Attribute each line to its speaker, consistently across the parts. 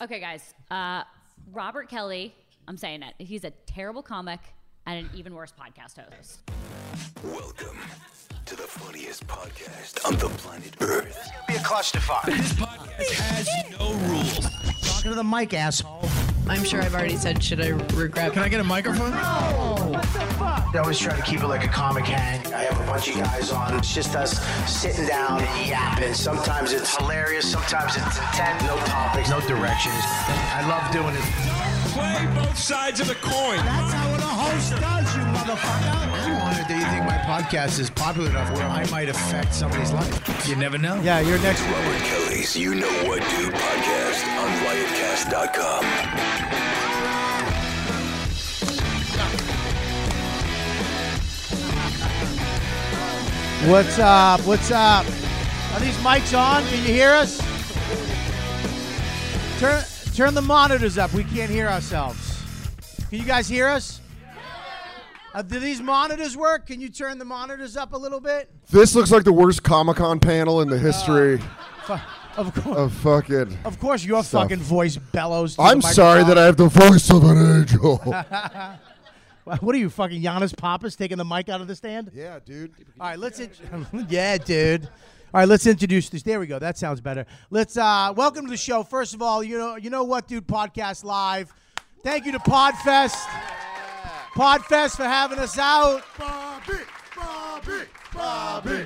Speaker 1: Okay, guys. Uh, Robert Kelly, I'm saying it. He's a terrible comic and an even worse podcast host.
Speaker 2: Welcome to the funniest podcast on the planet Earth.
Speaker 3: be a clusterfuck.
Speaker 4: This podcast has no rules.
Speaker 5: Talking to the mic, asshole.
Speaker 6: I'm sure I've already said, should I regret?
Speaker 7: Can I get a microphone?
Speaker 3: I always try to keep it like a comic hang. I have a bunch of guys on. It's just us sitting down and yapping. Sometimes it's hilarious. Sometimes it's intent. No topics, no directions. I love doing it.
Speaker 4: Play both sides of the coin.
Speaker 5: That's how a host does, you motherfucker.
Speaker 3: I wonder, do you think my podcast is popular enough where I might affect somebody's life?
Speaker 7: You never know.
Speaker 5: Yeah, you're next.
Speaker 2: Robert Kelly's You Know What Do podcast on riotcast.com.
Speaker 5: What's up? What's up? Are these mics on? Can you hear us? Turn turn the monitors up. We can't hear ourselves. Can you guys hear us? Uh, do these monitors work? Can you turn the monitors up a little bit?
Speaker 8: This looks like the worst Comic Con panel in the history
Speaker 5: Fu- Of course,
Speaker 8: of fucking.
Speaker 5: of course, your
Speaker 8: stuff.
Speaker 5: fucking voice bellows. to the
Speaker 8: I'm sorry that I
Speaker 5: microphone.
Speaker 8: have the voice of an angel.
Speaker 5: What are you fucking Giannis Papas taking the mic out of the stand?
Speaker 8: yeah, dude.
Speaker 5: All right, let's. In- yeah, dude. All right, let's introduce this. There we go. That sounds better. Let's uh, welcome to the show. First of all, you know, you know what, dude? Podcast live. Thank you to Podfest. Podfest for having us out.
Speaker 8: Bobby, Bobby, Bobby,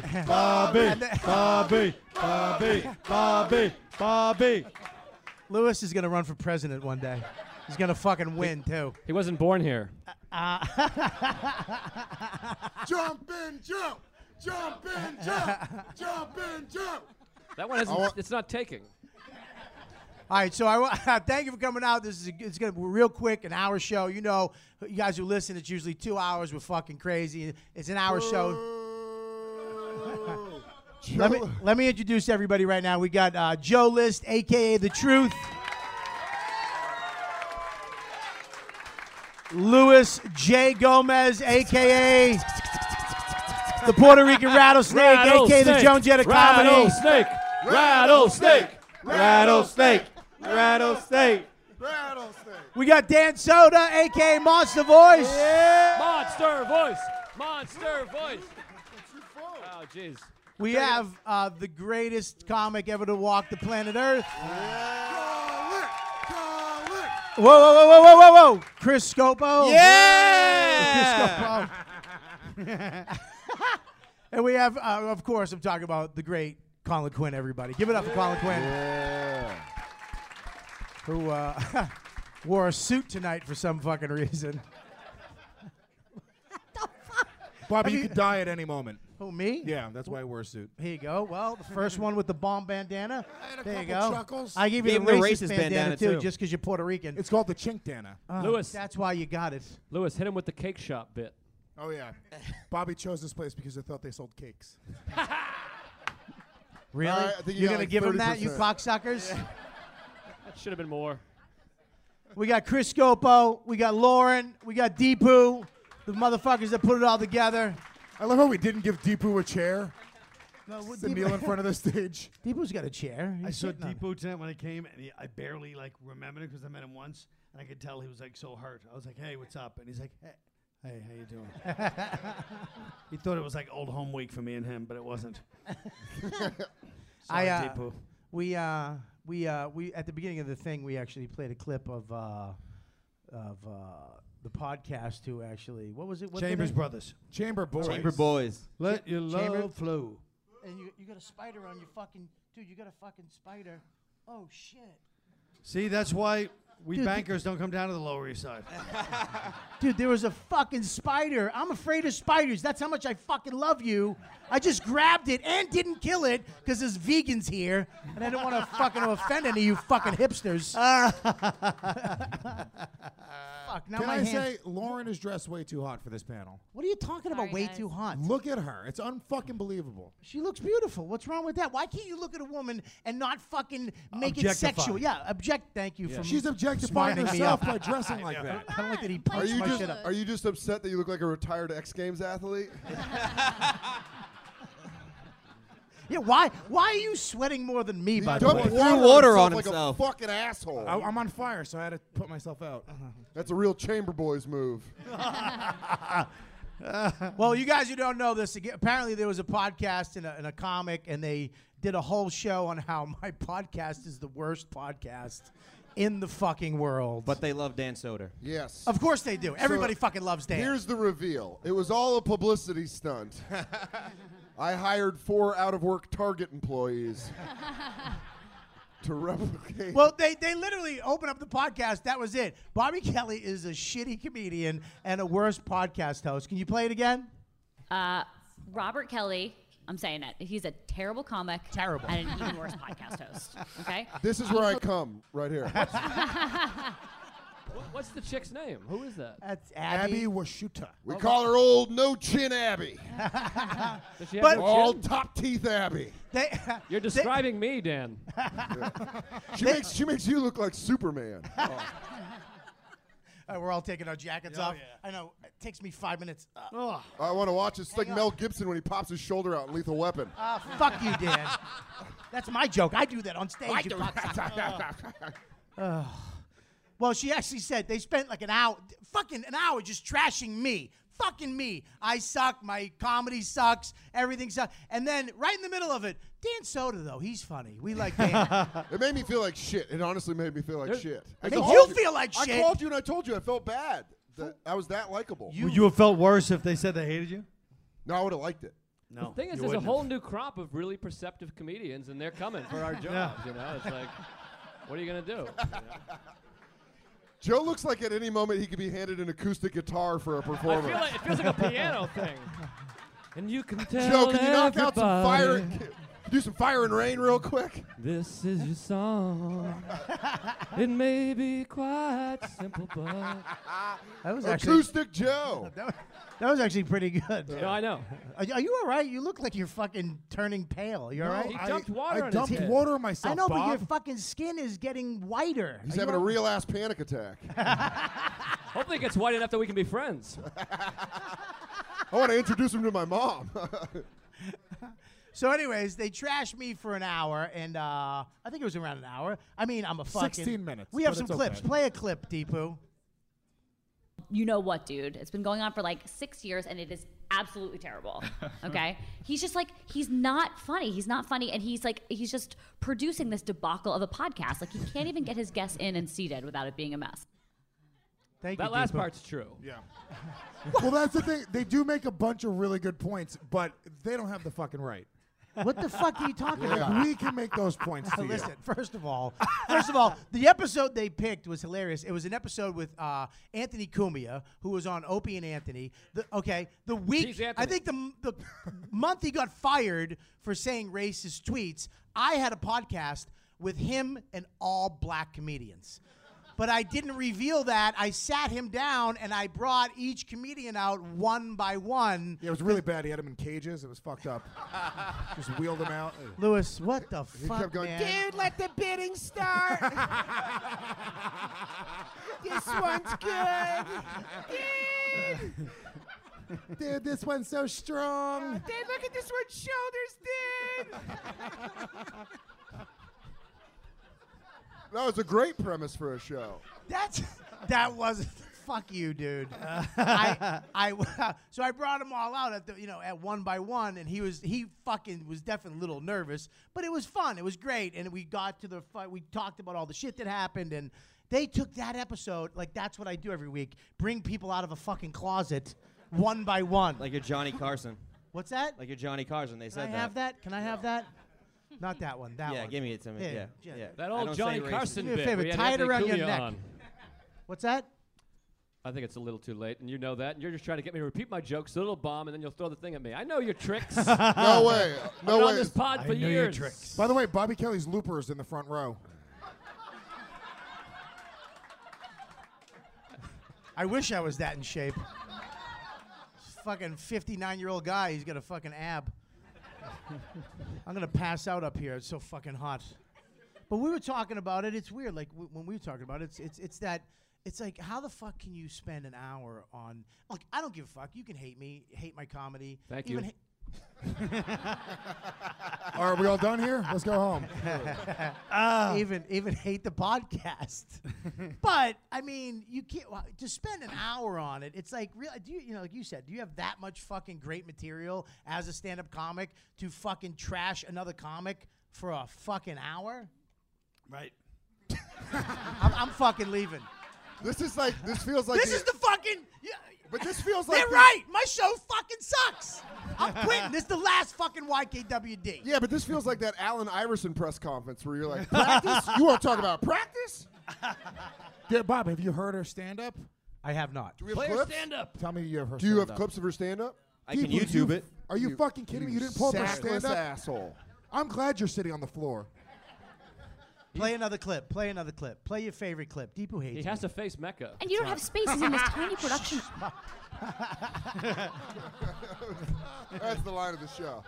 Speaker 5: Oh, And then- Lewis is gonna run for president one day. He's gonna fucking win too.
Speaker 9: He wasn't born here.
Speaker 8: jump and jump, jump and jump, jump and jump.
Speaker 9: That one hasn't.
Speaker 8: I wa-
Speaker 9: it's not taking.
Speaker 5: All right, so I wa- thank you for coming out. This is a, it's gonna be real quick, an hour show. You know, you guys who listen, it's usually two hours. We're fucking crazy. It's an hour show. Let me let me introduce everybody right now. We got uh, Joe List, aka the Truth. Louis J. Gomez, aka the Puerto Rican Rattlesnake, aka the Joan Jett of Comedy.
Speaker 9: Rattlesnake. Rattlesnake. Rattlesnake. Rattlesnake.
Speaker 5: We got Dan Soda, aka Monster Voice.
Speaker 9: Monster voice. Monster voice. Oh, jeez.
Speaker 5: We have uh, the greatest comic ever to walk the planet Earth. Whoa, whoa, whoa, whoa, whoa, whoa, whoa. Chris Scopo. Yeah. and we have, uh, of course, I'm talking about the great Colin Quinn, everybody. Give it up for Colin Quinn. Who uh, wore a suit tonight for some fucking reason.
Speaker 7: Bobby, you could die at any moment.
Speaker 5: Who, me?
Speaker 7: Yeah, that's why I wear a suit.
Speaker 5: Here you go. Well, the first one with the bomb bandana. there you go.
Speaker 7: chuckles.
Speaker 5: I gave you
Speaker 10: Gave
Speaker 5: the
Speaker 10: him the
Speaker 5: racist,
Speaker 10: racist
Speaker 5: bandana,
Speaker 10: bandana,
Speaker 5: too,
Speaker 10: too.
Speaker 5: just because you're Puerto Rican.
Speaker 7: It's called the Chink Dana.
Speaker 5: Oh,
Speaker 9: Lewis.
Speaker 5: That's why you got it.
Speaker 9: Lewis, hit him with the cake shop bit.
Speaker 7: oh yeah. Bobby chose this place because they thought they sold cakes.
Speaker 5: Really?
Speaker 8: All right, I think you
Speaker 5: You're
Speaker 8: got
Speaker 5: gonna
Speaker 8: like
Speaker 5: give him that, you
Speaker 8: 30%.
Speaker 5: cocksuckers.
Speaker 9: That should have been more.
Speaker 5: We got Chris Scopo. We got Lauren. We got Deepu. The motherfuckers that put it all together.
Speaker 7: I love how we didn't give Deepu a chair
Speaker 5: No, what-
Speaker 7: to kneel in front of the stage.
Speaker 5: Deepu's got a chair. He's
Speaker 10: I saw
Speaker 5: sitting on it.
Speaker 10: Depot tonight when I came, and he, I barely like remembered it because I met him once, and I could tell he was like so hurt. I was like, "Hey, what's up?" And he's like, "Hey, hey how you doing?" he thought it was like old home week for me and him, but it wasn't.
Speaker 5: I,
Speaker 10: Sorry,
Speaker 5: uh,
Speaker 10: Deepu.
Speaker 5: We uh, we uh, we at the beginning of the thing, we actually played a clip of uh, of uh, the podcast. Who actually? What was it? What the
Speaker 10: Chambers
Speaker 5: name?
Speaker 10: Brothers.
Speaker 7: Chamber boys.
Speaker 10: Chamber
Speaker 7: boys.
Speaker 10: Let your
Speaker 5: Chamber-
Speaker 10: love flow.
Speaker 5: And you, you got a spider on your fucking dude. You got a fucking spider. Oh shit,
Speaker 10: See, that's why we
Speaker 5: Dude, Uh,
Speaker 10: bankers don't come down to the Lower East Side.
Speaker 5: dude. There was a fucking spider. I'm afraid of spiders. That's how much I fucking love you. I just grabbed it and didn't kill it because there's vegans here, and I don't want to fucking offend any of you fucking hipsters. Fuck. Now
Speaker 7: Can
Speaker 5: my
Speaker 7: I
Speaker 5: hands.
Speaker 7: say Lauren is dressed way too hot for this panel?
Speaker 5: what are you talking about?
Speaker 1: Sorry,
Speaker 5: Way
Speaker 1: guys.
Speaker 5: too hot.
Speaker 7: Look at her. It's unfucking believable.
Speaker 5: She looks beautiful. What's wrong with that? Why can't you look at a woman and not fucking make it
Speaker 10: Objectify.
Speaker 5: sexual? Yeah, object. Thank you for
Speaker 7: She's objectifying
Speaker 5: smarting me
Speaker 7: herself
Speaker 5: up.
Speaker 7: by dressing like that.
Speaker 5: I don't like that he
Speaker 8: Are
Speaker 5: punched
Speaker 8: you
Speaker 5: my
Speaker 8: just
Speaker 5: shit up.
Speaker 8: are you just upset that you look like a retired X Games athlete?
Speaker 5: Yeah, why why are you sweating more than me, by the
Speaker 8: Dumped
Speaker 5: way?
Speaker 8: water himself Like a fucking asshole.
Speaker 7: I, I'm on fire, so I had to put myself out.
Speaker 5: Uh-huh.
Speaker 8: That's a real chamber boys move.
Speaker 5: well, you guys who don't know this, aga- apparently there was a podcast and a, and a comic, and they did a whole show on how my podcast is the worst podcast in the fucking world.
Speaker 11: But they love Dan Soder.
Speaker 8: Yes.
Speaker 5: Of course they do.
Speaker 8: So,
Speaker 5: Everybody fucking loves Dan.
Speaker 8: Here's the reveal. It was all a publicity stunt. I hired four out of work Target employees to replicate.
Speaker 5: Well, they, they literally opened up the podcast. That was it. Bobby Kelly is a shitty comedian and a worse podcast host. Can you play it again?
Speaker 1: Uh, Robert Kelly, I'm saying it. He's a terrible comic. Terrible. And an even worse podcast host. Okay?
Speaker 8: This is where I come, right here.
Speaker 9: Wha- What's the chick's name? Who is that?
Speaker 5: That's
Speaker 7: Abby, Washuta.
Speaker 8: We call her old no chin Abby.
Speaker 9: Does she have
Speaker 5: But-
Speaker 9: no
Speaker 8: All
Speaker 9: chin?
Speaker 8: top teeth Abby.
Speaker 5: They,
Speaker 9: You're describing me, Dan.
Speaker 8: She makes she makes you look like Superman.
Speaker 5: Oh. Uh, we're all taking our
Speaker 9: Oh,
Speaker 5: jackets off. I know. It takes me five minutes. Uh,
Speaker 8: I want to watch this. It's like Mel Gibson when he pops his shoulder out in Lethal Weapon.
Speaker 5: ah, fuck you, Dan. That's my joke. I do that on stage. you cocksucker. Ugh. well, she actually said they spent like an hour, fucking an hour, just trashing me. Fucking me. I suck. My comedy sucks. Everything sucks. And then right in the middle of it, Dan Soda, though, he's funny. We like Dan.
Speaker 8: It made me feel like shit. It honestly made me feel like
Speaker 9: There's-
Speaker 8: shit.
Speaker 5: It
Speaker 8: I
Speaker 5: made
Speaker 8: called
Speaker 5: you feel like
Speaker 8: I
Speaker 5: shit.
Speaker 8: called you and I told you I felt bad. That I was that likable.
Speaker 5: You-
Speaker 10: Would you have felt worse if they said they hated you?
Speaker 8: no, I would have liked it.
Speaker 10: No.
Speaker 9: thing is,
Speaker 10: you
Speaker 9: there's a
Speaker 10: wouldn't
Speaker 9: whole
Speaker 10: have.
Speaker 9: new crop of really perceptive comedians, and they're coming for our jobs. You know, it's like, what are you gonna do?
Speaker 8: Joe looks like at any moment he could be handed an acoustic guitar for a
Speaker 9: I
Speaker 8: performance.
Speaker 9: feel like it feels like a piano thing. And you can tell
Speaker 8: Joe, can you knock out some fire?
Speaker 9: everybody
Speaker 8: And, do some fire and rain real quick.
Speaker 9: This is your song. it may be quite simple, but
Speaker 5: That was actually
Speaker 8: Acoustic Joe.
Speaker 5: that was, that was actually pretty good.
Speaker 9: no, I know.
Speaker 5: Are, you- are you all right? You look like you're fucking turning pale. You all right?
Speaker 9: He
Speaker 7: I-
Speaker 9: dumped water
Speaker 7: I
Speaker 9: on
Speaker 7: dumped
Speaker 9: his head.
Speaker 7: water on myself.
Speaker 5: I know, but your
Speaker 7: Bob.
Speaker 5: fucking skin is getting whiter.
Speaker 8: He's
Speaker 5: Are you
Speaker 8: having a
Speaker 5: all-
Speaker 8: real ass panic attack.
Speaker 9: Hopefully, it gets white enough that we can be friends.
Speaker 8: I want to introduce him to my mom.
Speaker 5: So, anyways, they trashed me for an hour, and uh, I think it was around an hour. I mean, I'm a fucking.
Speaker 7: 16 minutes,
Speaker 5: We have
Speaker 7: but
Speaker 5: some
Speaker 7: it's okay.
Speaker 5: clips. Play a clip, Deepu.
Speaker 1: you know what, dude? It's been going on for like six years and it is absolutely terrible. Okay? he's just like, he's not funny. He's not funny. And he's like, he's just producing this debacle of a podcast. Like, he can't even get his guests in and seated without it being a mess.
Speaker 5: Thank you.
Speaker 9: That last
Speaker 5: Deepu.
Speaker 9: part's true.
Speaker 7: Yeah. well, that's the thing. They do make a bunch of really good points, but they don't have the fucking right.
Speaker 5: What the fuck are you talking about?
Speaker 7: We can make those points to you.
Speaker 5: Listen, first of all, first of all, the episode they picked was hilarious. It was an episode with uh, Anthony Cumia, who was on Opie and Anthony. The, okay, the week
Speaker 9: He's
Speaker 5: I
Speaker 9: Anthony.
Speaker 5: think the m- the month he got fired for saying racist tweets, I had a podcast with him and all black comedians. But I didn't reveal that. I sat him down and I brought each comedian out one by one.
Speaker 7: Yeah, it was really bad. He had him in cages. It was fucked up. Just wheeled him out.
Speaker 5: Lewis, what the
Speaker 8: He
Speaker 5: fuck,
Speaker 8: kept going,
Speaker 5: man?
Speaker 8: "Dude,
Speaker 3: let the bidding start. this one's good.
Speaker 7: Dude, this one's so strong.
Speaker 3: Dude, look at this one's shoulders, dude.
Speaker 8: that was a great premise for a show.
Speaker 5: That's that was fuck you, dude. I, I so I brought them all out at the you know at one by one, and he was he fucking was definitely a little nervous, but it was fun. It was great, and we got to the fight. We talked about all the shit that happened, and they took that episode like that's what I do every week: bring people out of a fucking closet one by one.
Speaker 11: Like you're Johnny Carson.
Speaker 5: what's that?
Speaker 11: Like you're Johnny Carson. They
Speaker 5: Can I
Speaker 11: said
Speaker 5: have that? Can I have that? Not that one. That
Speaker 11: Yeah,
Speaker 5: one.
Speaker 11: give me it to me.
Speaker 5: Yeah,
Speaker 11: Yeah,
Speaker 5: yeah.
Speaker 11: yeah.
Speaker 9: That
Speaker 11: I
Speaker 9: old
Speaker 11: don't say
Speaker 9: Johnny
Speaker 11: racist.
Speaker 9: Carson
Speaker 5: Do me a
Speaker 9: bit.
Speaker 5: favor,
Speaker 9: we had
Speaker 5: tie it
Speaker 9: Anthony
Speaker 5: around your
Speaker 9: Cumia
Speaker 5: neck.
Speaker 9: on.
Speaker 5: What's that?
Speaker 9: I think it's a little too late, and you know that. And you're just trying to get me to repeat my jokes, so it'll bomb, and then you'll throw the thing at me. I know your tricks. I've
Speaker 8: No way.
Speaker 9: been
Speaker 8: No
Speaker 9: on
Speaker 8: way.
Speaker 9: this pod for
Speaker 10: knew your
Speaker 9: years.
Speaker 10: tricks.
Speaker 7: By the way, Bobby Kelly's looper is in the front row.
Speaker 5: I wish I was that in shape. fucking 59 year old guy, he's got a fucking ab. I'm gonna pass out up here. It's so fucking hot. But we were talking about it. It's weird. Like w- when we were talking about it, it's, it's it's that. It's like how the fuck can you spend an hour on? Like I don't give a fuck. You can hate me, hate my comedy.
Speaker 9: Thank
Speaker 5: even
Speaker 9: you.
Speaker 5: ha-
Speaker 7: Are we all done here? Let's go home.
Speaker 5: even even hate the podcast. but I mean, you can't well, to spend an hour on it. It's like real. Do you you know like you said? Do you have that much fucking great material as a stand-up comic to fucking trash another comic for a fucking hour?
Speaker 10: Right.
Speaker 5: I'm, I'm fucking leaving.
Speaker 8: This is like this feels like
Speaker 5: this
Speaker 8: the-
Speaker 5: is the fucking.
Speaker 8: But this feels
Speaker 5: They're
Speaker 8: like the-
Speaker 5: right. My show fucking sucks. I'm quitting. This is the last fucking YKWd.
Speaker 8: Yeah, but this feels like that Allen Iverson press conference where you're like, practice? you want to talk about practice?
Speaker 7: Yeah, Bob, have you heard her stand up?
Speaker 5: I have not.
Speaker 8: Do we have clips?
Speaker 7: up. Tell me you have her.
Speaker 8: Do you have
Speaker 7: stand-up.
Speaker 8: clips of her stand up?
Speaker 11: I can YouTube it.
Speaker 7: Are you,
Speaker 8: You-
Speaker 7: fucking kidding me? You
Speaker 8: you
Speaker 7: didn't pull up her
Speaker 8: sackless
Speaker 7: stand up,
Speaker 8: asshole.
Speaker 7: I'm glad you're sitting on the floor.
Speaker 5: Play another clip. Play another clip. Play your favorite clip. Deepu hates. me.
Speaker 9: He has to face Mecca.
Speaker 1: And you don't have spaces in this tiny production.
Speaker 8: That's the line of the show.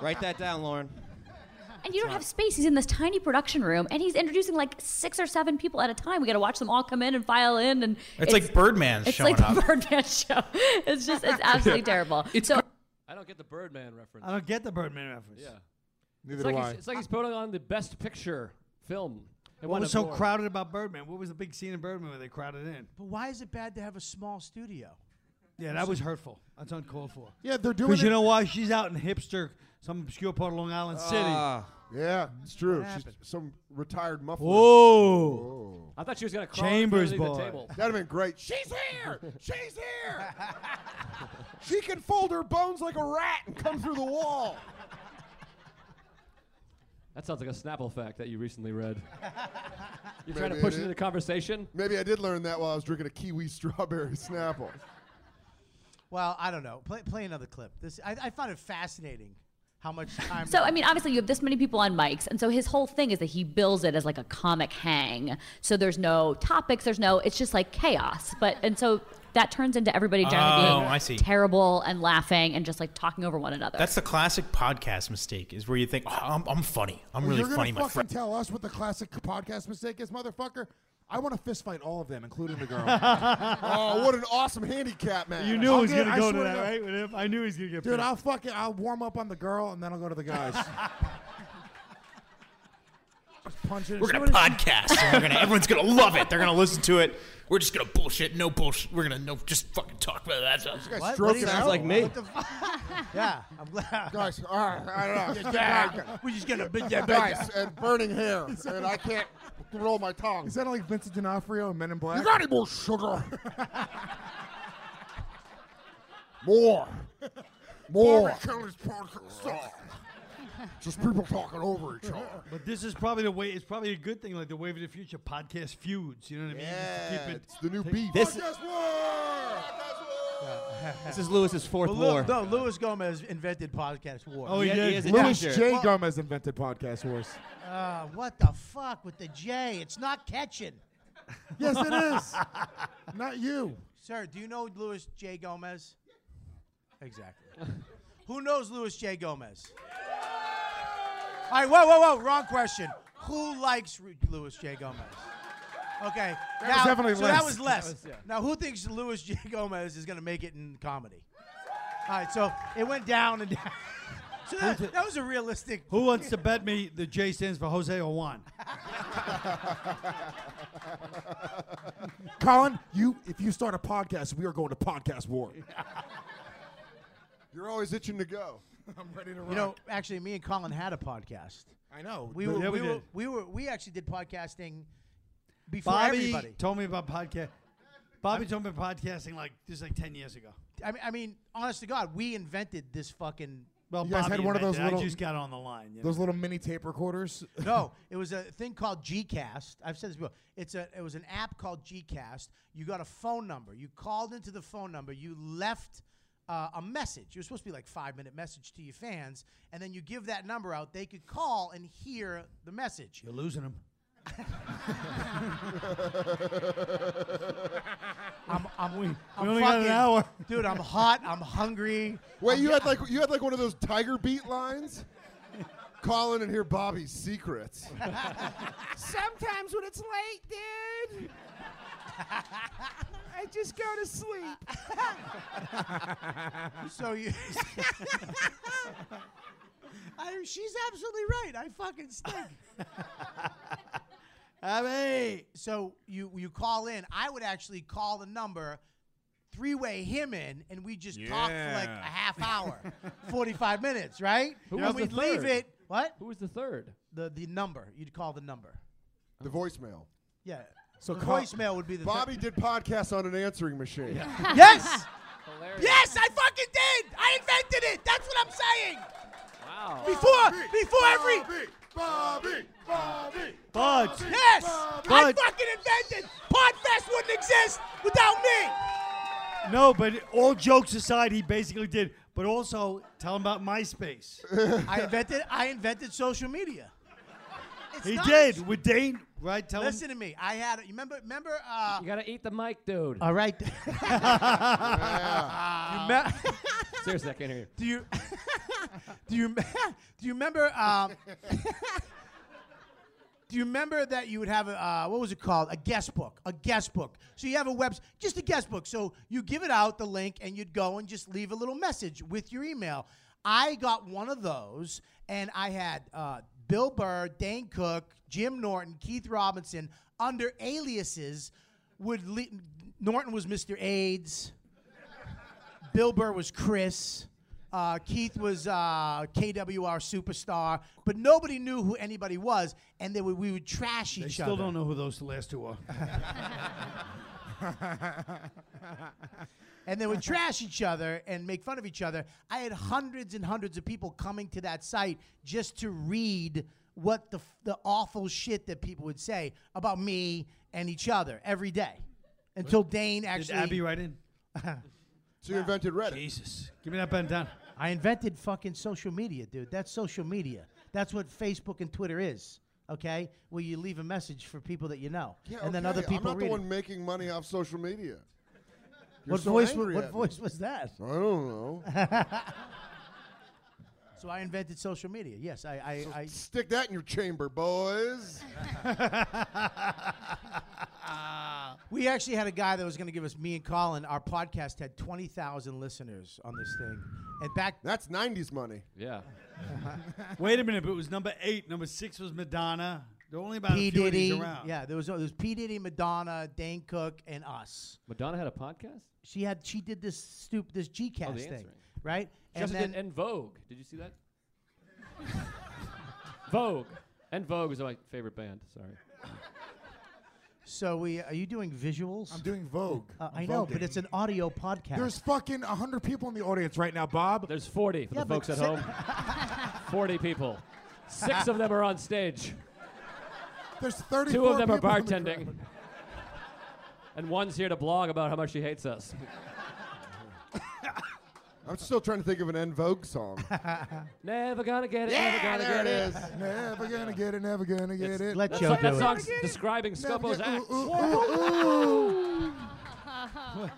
Speaker 11: Write that down, Lauren.
Speaker 1: And you don't have space. He's in this tiny production room, and he's introducing like six or seven people at a time. We got to watch them all come in and file in, and
Speaker 12: It's like Birdman's
Speaker 1: it's
Speaker 12: showing
Speaker 1: like
Speaker 12: up.
Speaker 1: the Birdman show. It's just it's absolutely terrible. It's so
Speaker 9: I don't get the Birdman reference.
Speaker 10: I don't get the Birdman reference.
Speaker 9: Yeah.
Speaker 7: Neither
Speaker 9: it's like he's, it's like he's putting on the best picture film. It
Speaker 10: What
Speaker 9: won
Speaker 10: was so
Speaker 9: awards.
Speaker 10: crowded about Birdman? What was the big scene in Birdman where they crowded in?
Speaker 5: But why is it bad to have a small studio?
Speaker 10: Yeah, that was hurtful. That's uncalled for.
Speaker 7: Yeah, they're doing
Speaker 10: Because you
Speaker 7: it-
Speaker 10: know why? She's out in hipster, some obscure part of Long Island City.
Speaker 11: Ah.
Speaker 8: Yeah, it's true.
Speaker 10: What
Speaker 8: She's
Speaker 10: happened?
Speaker 8: some retired muffler.
Speaker 10: Whoa.
Speaker 9: I thought she was gonna crawl
Speaker 10: Chambers
Speaker 9: underneath
Speaker 10: boy.
Speaker 9: the table.
Speaker 8: That'd have been great. She's here. She's here. she can fold her bones like a rat and come through the wall.
Speaker 9: That sounds like a Snapple fact that you recently read. You're trying
Speaker 8: Maybe
Speaker 9: to
Speaker 8: it
Speaker 9: push
Speaker 8: is.
Speaker 9: it into conversation.
Speaker 8: Maybe I did learn that while I was drinking a kiwi strawberry Snapple.
Speaker 5: Well, I don't know. Play play another clip. This I, I found it fascinating how much time.
Speaker 1: So I mean, obviously, you have this many people on mics, and so his whole thing is that he bills it as like a comic hang. So there's no topics, there's no, it's just like chaos. But and so that turns into everybody generally
Speaker 12: Oh,
Speaker 1: being
Speaker 12: I see.
Speaker 1: terrible and laughing and just like talking over one another.
Speaker 12: That's the classic podcast mistake is where you think, oh, I'm, I'm funny. I'm really
Speaker 7: you're
Speaker 12: funny,
Speaker 7: gonna
Speaker 12: my
Speaker 7: fucking
Speaker 12: friend.
Speaker 7: tell us what the classic podcast mistake is, motherfucker. I want to fist fight all of them, including the girl. oh,
Speaker 8: what an awesome handicap match!
Speaker 10: You knew it
Speaker 7: I'll
Speaker 10: was
Speaker 7: get-
Speaker 10: going to
Speaker 7: I
Speaker 10: go to
Speaker 7: swear to
Speaker 10: that,
Speaker 7: God.
Speaker 10: right? With him, I knew he was going to get
Speaker 7: Dude,
Speaker 10: pissed.
Speaker 7: I'll fucking I'll warm up on the girl and then I'll go to the guys. Punch it.
Speaker 12: We're gonna podcast. and we're gonna, everyone's gonna love it. They're gonna listen to it. We're just gonna bullshit. No bullshit. We're gonna no, just fucking talk about that. stuff.
Speaker 8: This guy's
Speaker 5: What?
Speaker 8: stroking
Speaker 5: What is-
Speaker 8: out.
Speaker 11: like me.
Speaker 5: What the fu- yeah, I'm glad.
Speaker 8: Guys, all right, I don't know.
Speaker 5: We're just gonna. bid that back.
Speaker 8: Guys, and burning hair, and I can't roll my tongue.
Speaker 7: Is that like Vincent D'Onofrio and Men in Black?
Speaker 8: You got any more sugar? more. More. Just people talking over each other.
Speaker 10: But this is probably the way. It's probably a good thing, like the wave of the future podcast feuds. You know what I mean? Just to
Speaker 8: Yeah,
Speaker 10: keep it-
Speaker 8: it's the new beef.
Speaker 11: This-
Speaker 8: Podcast war!
Speaker 11: This is Lewis's fourth
Speaker 5: Well,
Speaker 11: war.
Speaker 5: Lu- no, Louis Gomez invented podcast war.
Speaker 10: Oh, he
Speaker 11: Yeah,
Speaker 10: did.
Speaker 11: is a
Speaker 7: Louis
Speaker 11: doctor.
Speaker 7: J. Gomez invented podcast wars.
Speaker 5: Uh, what the fuck with the J? It's not catching.
Speaker 7: yes, it is. Not you.
Speaker 5: Sir, do you know Louis J. Gomez? Exactly. Who knows Louis J. Gomez? All right, whoa, whoa, whoa, wrong question. Who likes Ru- Louis J. Gomez? Okay, that now,
Speaker 7: definitely
Speaker 5: so that
Speaker 7: Les.
Speaker 5: was less. Now, who thinks Louis J. Gomez is going to make it in comedy? All right, so it went down and down. So that, that was a realistic.
Speaker 10: Who wants to bet me the J stands for Jose or Juan?
Speaker 7: Colin, you if you start a podcast, we are going to podcast war.
Speaker 8: You're always itching to go.
Speaker 7: I'm ready to rock.
Speaker 5: You know, actually, me and Colin had a podcast.
Speaker 7: I know.
Speaker 5: We
Speaker 7: The-
Speaker 5: were,
Speaker 10: Yeah,
Speaker 5: we,
Speaker 10: we
Speaker 5: were,
Speaker 10: did.
Speaker 5: we were, we actually did podcasting before
Speaker 10: Bobby
Speaker 5: everybody.
Speaker 10: told me about podcast. Bobby told me about podcasting like just like ten years ago.
Speaker 5: I mean, I mean, honest to God, we invented this fucking.
Speaker 10: Well,
Speaker 7: You guys
Speaker 10: Bobby
Speaker 7: had one of
Speaker 10: invented
Speaker 7: those
Speaker 10: it.
Speaker 7: little-
Speaker 10: I just got on the line. you know?
Speaker 7: Those little mini tape recorders.
Speaker 5: No, it was a thing called Gcast. I've said this before. It's a it was an app called Gcast. You got a phone number. You called into the phone number. You left uh, a message. It was supposed to be like five minute message to your fans, and then you give that number out. They could call and hear the message.
Speaker 10: You're losing them.
Speaker 5: I'm I'm, we, I'm
Speaker 10: only got an
Speaker 5: fucking-
Speaker 10: hour.
Speaker 5: dude. I'm hot. I'm hungry.
Speaker 8: Wait, you had like you had like one of those tiger beat lines? Colin and hear Bobby's secrets. Sometimes when it's late, dude.
Speaker 13: I just go to sleep.
Speaker 5: so you. I, she's absolutely right. I fucking stink. Abby. So you you call in. I would actually call the number, three way him in, and we just talk for like
Speaker 14: Yeah.
Speaker 5: a half hour, forty five minutes, right?
Speaker 9: Who
Speaker 5: and
Speaker 9: was
Speaker 5: we'd
Speaker 9: the
Speaker 5: leave
Speaker 9: third?
Speaker 5: it. What?
Speaker 9: Who was the third?
Speaker 5: The the number. You'd call the number.
Speaker 8: The voicemail.
Speaker 5: Yeah.
Speaker 8: So
Speaker 5: The voicemail would be the
Speaker 8: Bobby did podcasts on an answering machine.
Speaker 5: yes. Yes, I fucking did. I invented it. That's what I'm saying.
Speaker 9: Wow.
Speaker 5: Before, before every.
Speaker 8: Bobby, Bobby,
Speaker 5: Buds. Yes. I
Speaker 14: Buds.
Speaker 5: fucking invented. Podfest wouldn't exist without me.
Speaker 14: No, but all jokes aside, he basically did. But also, tell him about MySpace.
Speaker 5: I invented. I invented social media. It's
Speaker 14: he
Speaker 5: not-
Speaker 14: did with Dane, right? Tell
Speaker 5: Listen
Speaker 14: him.
Speaker 5: to me. I had. You remember? Remember? Uh,
Speaker 9: you gotta eat the mic, dude.
Speaker 5: All right. uh,
Speaker 9: Seriously, I can't hear you.
Speaker 5: do you? do you? Do you remember? Um, do you remember that you would have a uh, what was it called? A guest book. A guest book. So you have a web, just a guest book. So you give it out the link, and you'd go and just leave a little message with your email. I got one of those, and I had uh, Bill Burr, Dane Cook, Jim Norton, Keith Robinson under aliases. Would le- Norton was Mr. AIDS. Bill Burr was Chris. Uh, Keith was uh, KWR superstar, but nobody knew who anybody was, and they would, we would trash
Speaker 10: They
Speaker 5: each
Speaker 10: still
Speaker 5: other.
Speaker 10: don't know who those last two are.
Speaker 5: and they would trash each other and make fun of each other. I had hundreds and hundreds of people coming to that site just to read what the, f- the awful shit that people would say about me and each other every day until Dane
Speaker 10: Did
Speaker 5: actually.
Speaker 10: Abby write in?
Speaker 8: So you invented Reddit.
Speaker 10: Jesus. Give me that bandana.
Speaker 5: I invented fucking social media, dude. That's social media. That's what Facebook and Twitter is. Okay, where you leave a message for people that you know,
Speaker 8: Yeah,
Speaker 5: and then
Speaker 8: okay,
Speaker 5: other people
Speaker 8: I'm not
Speaker 5: read
Speaker 8: the
Speaker 5: it.
Speaker 8: one making money off social media. You're
Speaker 5: What
Speaker 8: so
Speaker 5: voice? wa-
Speaker 8: angry
Speaker 5: what
Speaker 8: at me.
Speaker 5: voice was that?
Speaker 8: I don't know.
Speaker 5: so I invented social media. Yes, I. I, I
Speaker 8: Stick that in your chamber, boys.
Speaker 5: we actually had a guy that was going to give us me and Colin. Our podcast had twenty thousand listeners on this thing, and back.
Speaker 8: That's '90s money.
Speaker 9: Yeah.
Speaker 14: Wait a minute, but it was number eight. Number six was Madonna. There were only about
Speaker 5: P
Speaker 14: a few of these
Speaker 5: Diddy.
Speaker 14: around.
Speaker 5: Yeah, there was there was P Diddy, Madonna, Dane Cook, and us.
Speaker 9: Madonna had a podcast.
Speaker 5: She had she did this stoop this Gcast
Speaker 9: Oh, the
Speaker 5: thing,
Speaker 9: answering.
Speaker 5: right?
Speaker 9: She also did En Vogue. Did you see that? Vogue. En Vogue is my favorite band. Sorry.
Speaker 5: So we are you doing visuals? I'm
Speaker 7: doing Vogue.
Speaker 5: Uh,
Speaker 7: I'm
Speaker 5: I know, but
Speaker 7: voguing.
Speaker 5: it's an audio podcast.
Speaker 7: There's fucking 100 people in the audience right now, Bob.
Speaker 9: There's 40 for
Speaker 7: Yeah,
Speaker 9: the
Speaker 7: but
Speaker 9: folks at
Speaker 7: sit-
Speaker 9: home. 40 people. Six of them are on stage.
Speaker 7: There's 34
Speaker 9: Two of them are
Speaker 7: people in the
Speaker 9: bartending. and one's here to blog about how much she hates us.
Speaker 8: I'm still trying to think of an En Vogue song.
Speaker 9: never gonna get it. never
Speaker 8: yeah,
Speaker 9: gonna
Speaker 8: there
Speaker 9: get
Speaker 8: it is.
Speaker 7: Never gonna get it. Never gonna get it.
Speaker 5: Let
Speaker 9: That,
Speaker 5: Joe
Speaker 9: song- that
Speaker 5: do it.
Speaker 9: song's describing
Speaker 7: Never
Speaker 9: Scopo's
Speaker 7: get-
Speaker 9: act.
Speaker 7: ooh, ooh, ooh, ooh.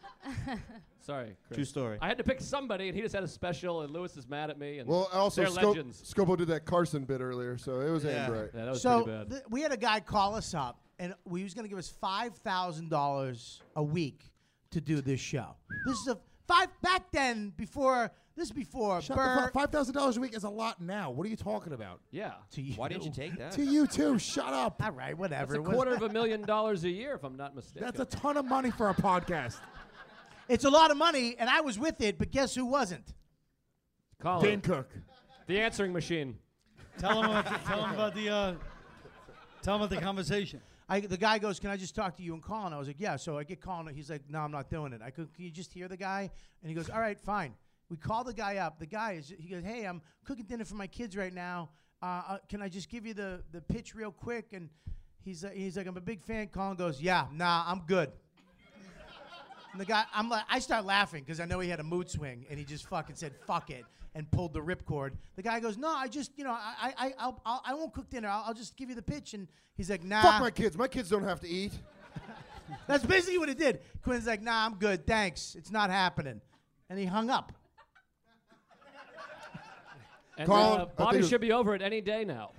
Speaker 9: Sorry, Chris.
Speaker 11: True story.
Speaker 9: I had to pick somebody, and he just had a special, and Lewis is mad at me. And
Speaker 8: Well, also
Speaker 9: they're
Speaker 8: Sco-
Speaker 9: legends.
Speaker 8: Scopo did that Carson bit earlier, so it was aimed right.
Speaker 9: Yeah, that was
Speaker 5: so
Speaker 9: pretty bad.
Speaker 5: th- we had a guy call us up, and we was going to give us five thousand dollars a week to do this show. This is a five back then before this is before
Speaker 7: Shut the
Speaker 5: Burr.
Speaker 7: fuck- Five thousand dollars a week is a lot now. What are you talking about?
Speaker 9: yeah.
Speaker 5: To you.
Speaker 11: Why didn't you take that?
Speaker 7: To you too. Shut up.
Speaker 5: All right,
Speaker 9: That's
Speaker 5: whatever.
Speaker 9: a
Speaker 5: it was-
Speaker 9: quarter of a million dollars a year, if I'm not mistaken.
Speaker 7: That's a ton of money for a podcast.
Speaker 5: it's a lot of money, and I was with it, but guess who wasn't?
Speaker 9: Colin.
Speaker 7: Dan Cook.
Speaker 9: The answering machine.
Speaker 14: Tell him about the, tell him about the uh, tell him about the conversation.
Speaker 5: I, the guy goes, "Can I just talk to you and Colin?" I was like, "Yeah." So I get Colin. He's like, "No, I'm not doing it." I go, "Can you just hear the guy?" And he goes, "All right, fine." We call the guy up. The guy is. He goes, "Hey, I'm cooking dinner for my kids right now. Uh, uh, can I just give you the the pitch real quick?" And he's like, he's like, "I'm a big fan." Colin goes, "Yeah, nah, I'm good." And the guy, I'm like, I start laughing because I know he had a mood swing, and he just fucking said "fuck it" and pulled the ripcord. The guy goes, "No, I just, you know, I, I, I'll, I'll, I won't cook dinner. I'll, I'll just give you the pitch." And he's like, "Nah."
Speaker 8: Fuck my kids. My kids don't have to eat.
Speaker 5: That's basically what it did. Quinn's like, nah, I'm good. Thanks. It's not happening. And he hung up.
Speaker 9: And
Speaker 8: Colin,
Speaker 9: uh,
Speaker 8: I
Speaker 9: Bobby
Speaker 8: think it-
Speaker 9: should be over it any day now.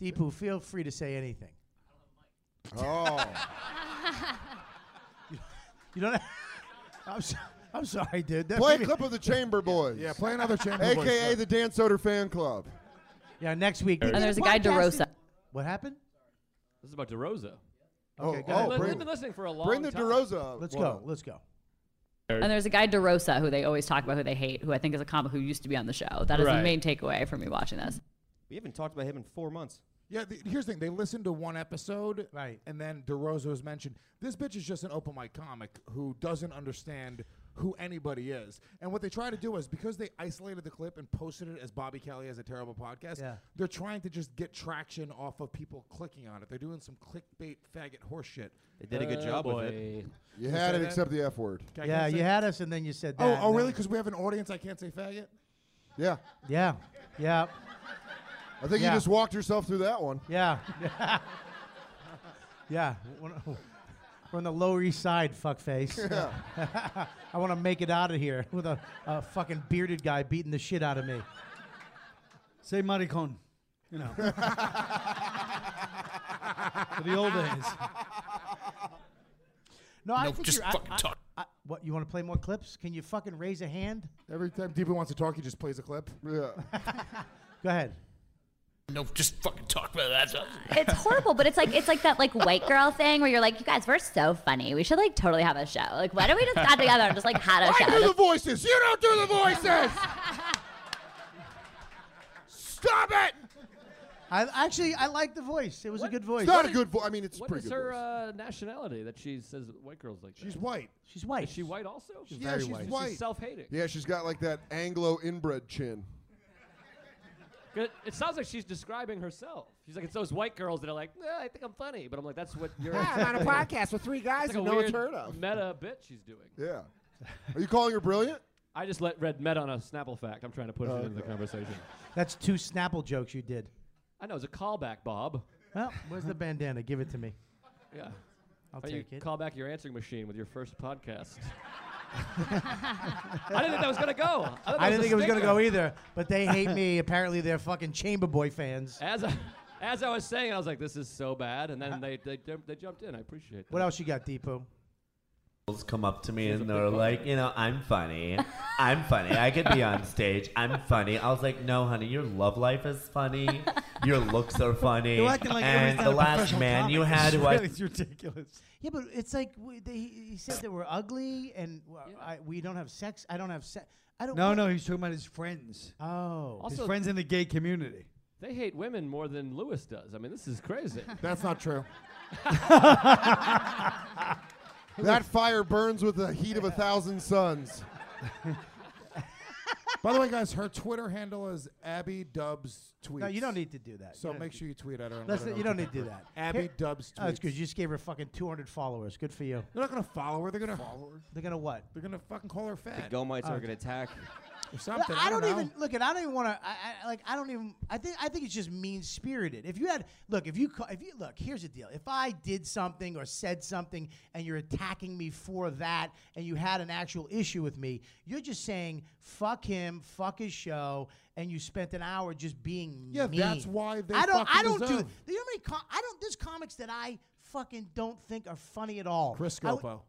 Speaker 5: Deepu, feel free to say anything.
Speaker 8: Oh.
Speaker 5: you don't. I'm, so, I'm sorry, dude. That
Speaker 8: Play a
Speaker 5: made me-
Speaker 8: clip of the Chamber Boys.
Speaker 5: Yeah, play another Chamber
Speaker 8: AKA
Speaker 5: Boys
Speaker 8: AKA
Speaker 5: clip.
Speaker 8: the Dan Soder fan club.
Speaker 5: Yeah, next week.
Speaker 9: And there's a guy, DeRosa.
Speaker 5: What happened?
Speaker 9: This is about DeRosa.
Speaker 8: Oh,
Speaker 5: Okay, go
Speaker 9: I've
Speaker 5: ahead.
Speaker 9: been- I've been listening for a long time.
Speaker 5: Let's go. Let's go.
Speaker 1: And there's a guy DeRosa who they always talk about, who they hate, who I think is a comic who used to be on the show. That is the
Speaker 11: Right.
Speaker 1: main takeaway from me watching this.
Speaker 11: We haven't talked about him in four months.
Speaker 7: Yeah, the, here's the thing. They listened to one episode, right? And then DeRosa was mentioned. This bitch is just an open mic comic who doesn't understand who anybody is. And what they try to do is because they isolated the clip and posted it as Bobby Kelly has a terrible podcast.
Speaker 5: Yeah.
Speaker 7: They're trying to just get traction off of people clicking on it. They're doing some clickbait faggot horse shit.
Speaker 11: They did a good Oh, job with it. boy.
Speaker 8: You
Speaker 7: Can I
Speaker 8: had
Speaker 7: say
Speaker 8: it
Speaker 7: that?
Speaker 8: except the F word.
Speaker 7: Can I- can I
Speaker 5: Yeah,
Speaker 7: say-
Speaker 5: you had us, and then you said that.
Speaker 7: Oh, oh
Speaker 5: and
Speaker 7: really?
Speaker 5: then-
Speaker 7: Because we have an audience, I can't say faggot.
Speaker 8: Yeah.
Speaker 5: Yeah. Yeah.
Speaker 8: I think
Speaker 5: Yeah.
Speaker 8: you just walked yourself through that one.
Speaker 5: Yeah. yeah. We're we're on the Lower East Side, fuckface. I want to make it out of here with a, a fucking bearded guy beating the shit out of me.
Speaker 14: Say maricon, you know. For the old days.
Speaker 5: No, I
Speaker 14: No,
Speaker 5: think
Speaker 14: just
Speaker 5: you're, I-
Speaker 14: fucking
Speaker 5: I-
Speaker 14: talk.
Speaker 5: I- what you want to play more clips? Can you fucking raise a hand?
Speaker 7: Every time Deepa wants to talk, he just plays a clip.
Speaker 8: Yeah.
Speaker 5: Go ahead.
Speaker 12: No, just fucking talk about that. stuff.
Speaker 1: It's horrible, but it's like it's like that like white girl thing where you're like, you guys, we're so funny. We should like totally have a show. Like, why don't we just got together and just like had a
Speaker 8: I
Speaker 1: show?
Speaker 8: do the voices. You don't do the voices. Stop it.
Speaker 5: I actually I like the voice. It was a good voice.
Speaker 8: It's not a good voice. I mean, it's
Speaker 9: What
Speaker 8: pretty
Speaker 9: is
Speaker 8: good.
Speaker 9: her
Speaker 8: voice.
Speaker 9: uh, nationality that she says white girls like?
Speaker 7: She's white.
Speaker 5: She's white.
Speaker 9: Is she white also?
Speaker 8: yeah, she's white.
Speaker 9: She's self-hating.
Speaker 8: Yeah, she's got like that Anglo inbred chin.
Speaker 9: Good- It sounds like she's describing herself. She's like, it's those white girls that are like, "Nah, I think I'm funny, but I'm like, that's what you're.
Speaker 8: Yeah, I'm on a podcast with three guys
Speaker 9: It's like a
Speaker 8: who no one's
Speaker 9: weird
Speaker 8: heard of.
Speaker 9: Meta bit she's doing.
Speaker 8: Yeah. Are you calling her brilliant?
Speaker 9: I just let read meta on a Snapple fact. I'm trying to push
Speaker 5: Oh,
Speaker 9: it into the
Speaker 5: okay.
Speaker 9: conversation.
Speaker 5: That's two Snapple jokes you did.
Speaker 9: I know it's a callback, Bob.
Speaker 5: Well, where's the bandana? Give it to me.
Speaker 9: Yeah.
Speaker 5: I'll
Speaker 9: Or you
Speaker 5: take it.
Speaker 9: Call back your answering machine with your first podcast. I didn't think that was gonna go. I, thought that
Speaker 5: I didn't think it was going to go
Speaker 9: either.
Speaker 5: either, but they hate me. Apparently, they're fucking Chamber Boy fans.
Speaker 9: As I, as I was saying, I was like, "This is so bad," and then they they, jump- they jumped in. I appreciate that.
Speaker 5: What else you got, Deepu?
Speaker 13: girls come up to me and they're like, you know, I'm funny. I'm funny. I could be on stage. I'm funny. I was like, no, honey, your love life is funny. Your looks are funny.
Speaker 14: You're acting like everyone's
Speaker 13: and
Speaker 14: not
Speaker 13: the
Speaker 14: a
Speaker 13: last
Speaker 14: professional
Speaker 13: man you
Speaker 14: comic.
Speaker 13: had who I
Speaker 14: It's ridiculous.
Speaker 5: Yeah, but it's like we, they, he said they were ugly and well, I, we don't have sex. I don't have sex. I don't.
Speaker 14: No, no, he's talking about his friends.
Speaker 5: Oh.
Speaker 14: his
Speaker 9: Also-
Speaker 14: friends in the gay community.
Speaker 9: They hate women more than Lewis does. I mean, this is crazy.
Speaker 7: That's not true.
Speaker 8: That fire burns with the heat of a thousand suns.
Speaker 7: By the way, guys, her Twitter handle is Abby Dubs tweets.
Speaker 5: No, you don't need to do that. You
Speaker 7: So
Speaker 5: don't
Speaker 7: make
Speaker 5: need
Speaker 7: sure you tweet at her. And
Speaker 5: Let's-
Speaker 7: let her know
Speaker 5: you don't
Speaker 7: if
Speaker 5: need to do
Speaker 7: prefer.
Speaker 5: that.
Speaker 7: Abby
Speaker 5: Here-
Speaker 7: Dubs tweets.
Speaker 5: Oh, that's good. You just gave her fucking 200 followers. Good for you.
Speaker 7: They're not gonna follow her. They're gonna follow her.
Speaker 5: They're gonna what?
Speaker 7: They're gonna fucking call her fat.
Speaker 11: The Gomites
Speaker 5: Oh.
Speaker 11: are going to attack.
Speaker 7: Or something.
Speaker 5: I don't,
Speaker 7: know.
Speaker 5: even look. And I don't even want to. I, I, like I don't even. I think I think it's just mean spirited. If you had look, if you ca- if you look, here's the deal. If I did something or said something, and you're attacking me for that, and you had an actual issue with me, you're just saying fuck him, fuck his show, and you spent an hour just being
Speaker 7: Yeah,
Speaker 5: mean.
Speaker 7: that's why they
Speaker 5: I don't. I
Speaker 7: fucking
Speaker 5: don't do.
Speaker 7: deserve.
Speaker 5: Do you know how many? Com- I don't. There's comics that I fucking don't think are funny at all.
Speaker 7: Chris
Speaker 5: I would-
Speaker 7: Scopo.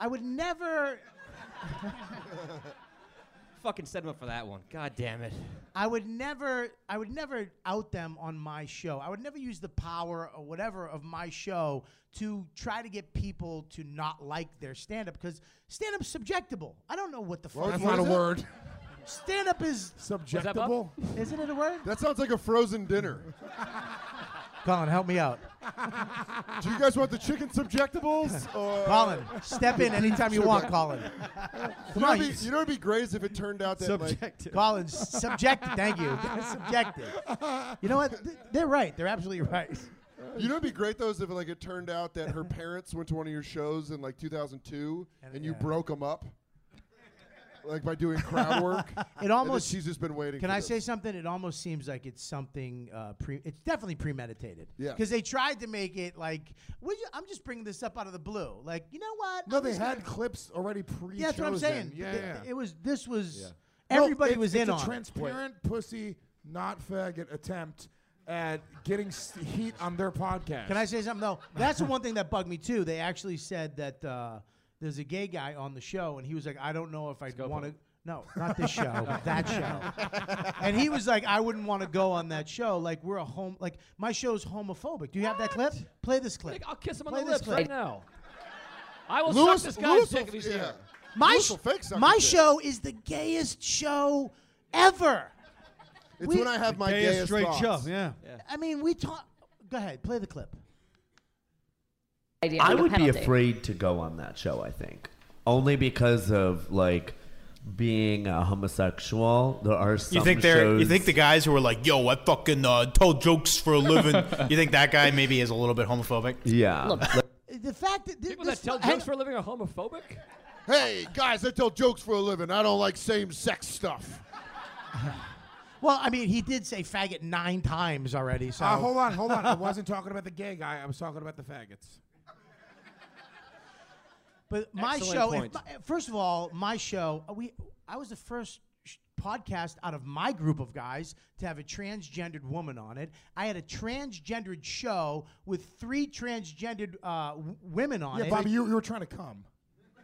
Speaker 5: I would never.
Speaker 11: Fucking set him up for that one. God damn it.
Speaker 5: I would never, I would never out them on my show. I would never use the power or whatever of my show to try to get people to not like their stand-up because stand-up's subjectable. I don't know what the fuck.
Speaker 8: that's not a word.
Speaker 5: Stand-up is
Speaker 8: Subjectable?
Speaker 5: Isn't it a word?
Speaker 8: That sounds like a frozen dinner.
Speaker 5: Colin, help me out.
Speaker 8: Do you guys want the chicken subjectables? Or
Speaker 5: Colin, step in anytime you want, Colin. Come on,
Speaker 8: you Know
Speaker 5: you-
Speaker 8: it'd be, you know it'd be great is if it turned out that
Speaker 5: Subjective. Colin, subjective. Thank you. Subjective. You know what? Th- They're right. They're absolutely right.
Speaker 8: like you know it'd be great though is if like it turned out that her parents went to one of your shows in like 2002 and, you broke them up, like by doing crowd work. And
Speaker 5: It
Speaker 8: then
Speaker 5: almost.
Speaker 8: she's just been waiting.
Speaker 5: Can
Speaker 8: for
Speaker 5: I
Speaker 8: this.
Speaker 5: say something? It almost seems like it's something. Uh, pre- it's definitely premeditated.
Speaker 8: Yeah.
Speaker 5: Because they tried to make it like. Would you, I'm just bringing this up out of the blue. Like you know what?
Speaker 7: No,
Speaker 5: I'm
Speaker 7: they
Speaker 5: just
Speaker 7: had
Speaker 5: gonna-
Speaker 7: clips already pre.
Speaker 5: Yeah, that's what I'm saying.
Speaker 7: Yeah,
Speaker 5: Th-
Speaker 7: yeah.
Speaker 5: th- It was. This was.
Speaker 7: No,
Speaker 5: Everybody
Speaker 7: it's-
Speaker 5: was
Speaker 7: it's
Speaker 5: in
Speaker 7: a
Speaker 5: on. it.
Speaker 7: transparent pussy not faggot attempt at getting s heat on their podcast.
Speaker 5: Can I say something though? That's the one thing that bugged me too. They actually said that uh, there's a gay guy on the show, and he was like, "I don't know if I'd want to." No, not this show,
Speaker 3: No.
Speaker 5: that show. And he was like, "I wouldn't want to go on that show. Like we're a home. Like my show's homophobic. Do you have that clip? Play this clip.
Speaker 9: I'll kiss him on
Speaker 5: Play
Speaker 9: the
Speaker 5: this
Speaker 9: lips
Speaker 5: clip.
Speaker 9: right now. I will
Speaker 5: Lewis-
Speaker 9: suck this guy's
Speaker 5: Lewis
Speaker 9: dick
Speaker 5: will-
Speaker 9: if he's
Speaker 5: yeah.
Speaker 9: here.
Speaker 5: My sh- my show is the gayest show ever.
Speaker 8: It's
Speaker 5: We-
Speaker 8: when I have my
Speaker 10: gayest
Speaker 8: gayest
Speaker 10: straight
Speaker 8: thoughts.
Speaker 10: show, yeah.
Speaker 5: I mean, we talk. Go ahead, play the clip.
Speaker 13: I would be afraid to go on that show, I think. Only because of like being a homosexual. There are some
Speaker 12: You think they're?
Speaker 13: shows
Speaker 12: You think the guys who are like, "Yo, I fucking uh, tell jokes for a living." you think that guy maybe is a little bit homophobic?
Speaker 13: Yeah.
Speaker 5: The fact that
Speaker 9: people that tell jokes for a living are homophobic.
Speaker 8: Hey guys, I tell jokes for a living. I don't like same-sex stuff.
Speaker 5: Well, I mean, he did say faggot nine times already. So
Speaker 7: Uh, hold on, hold on. I wasn't talking about the gay guy. I was talking about the faggots.
Speaker 5: But my
Speaker 7: Excellent
Speaker 5: show,
Speaker 7: point.
Speaker 5: if my- first of all, my show, uh, we I was the first sh- podcast out of my group of guys to have a transgendered woman on it. I had a transgendered show with three transgendered uh, w- women on
Speaker 7: yeah,
Speaker 5: it.
Speaker 7: Bobby, you, you were trying to come.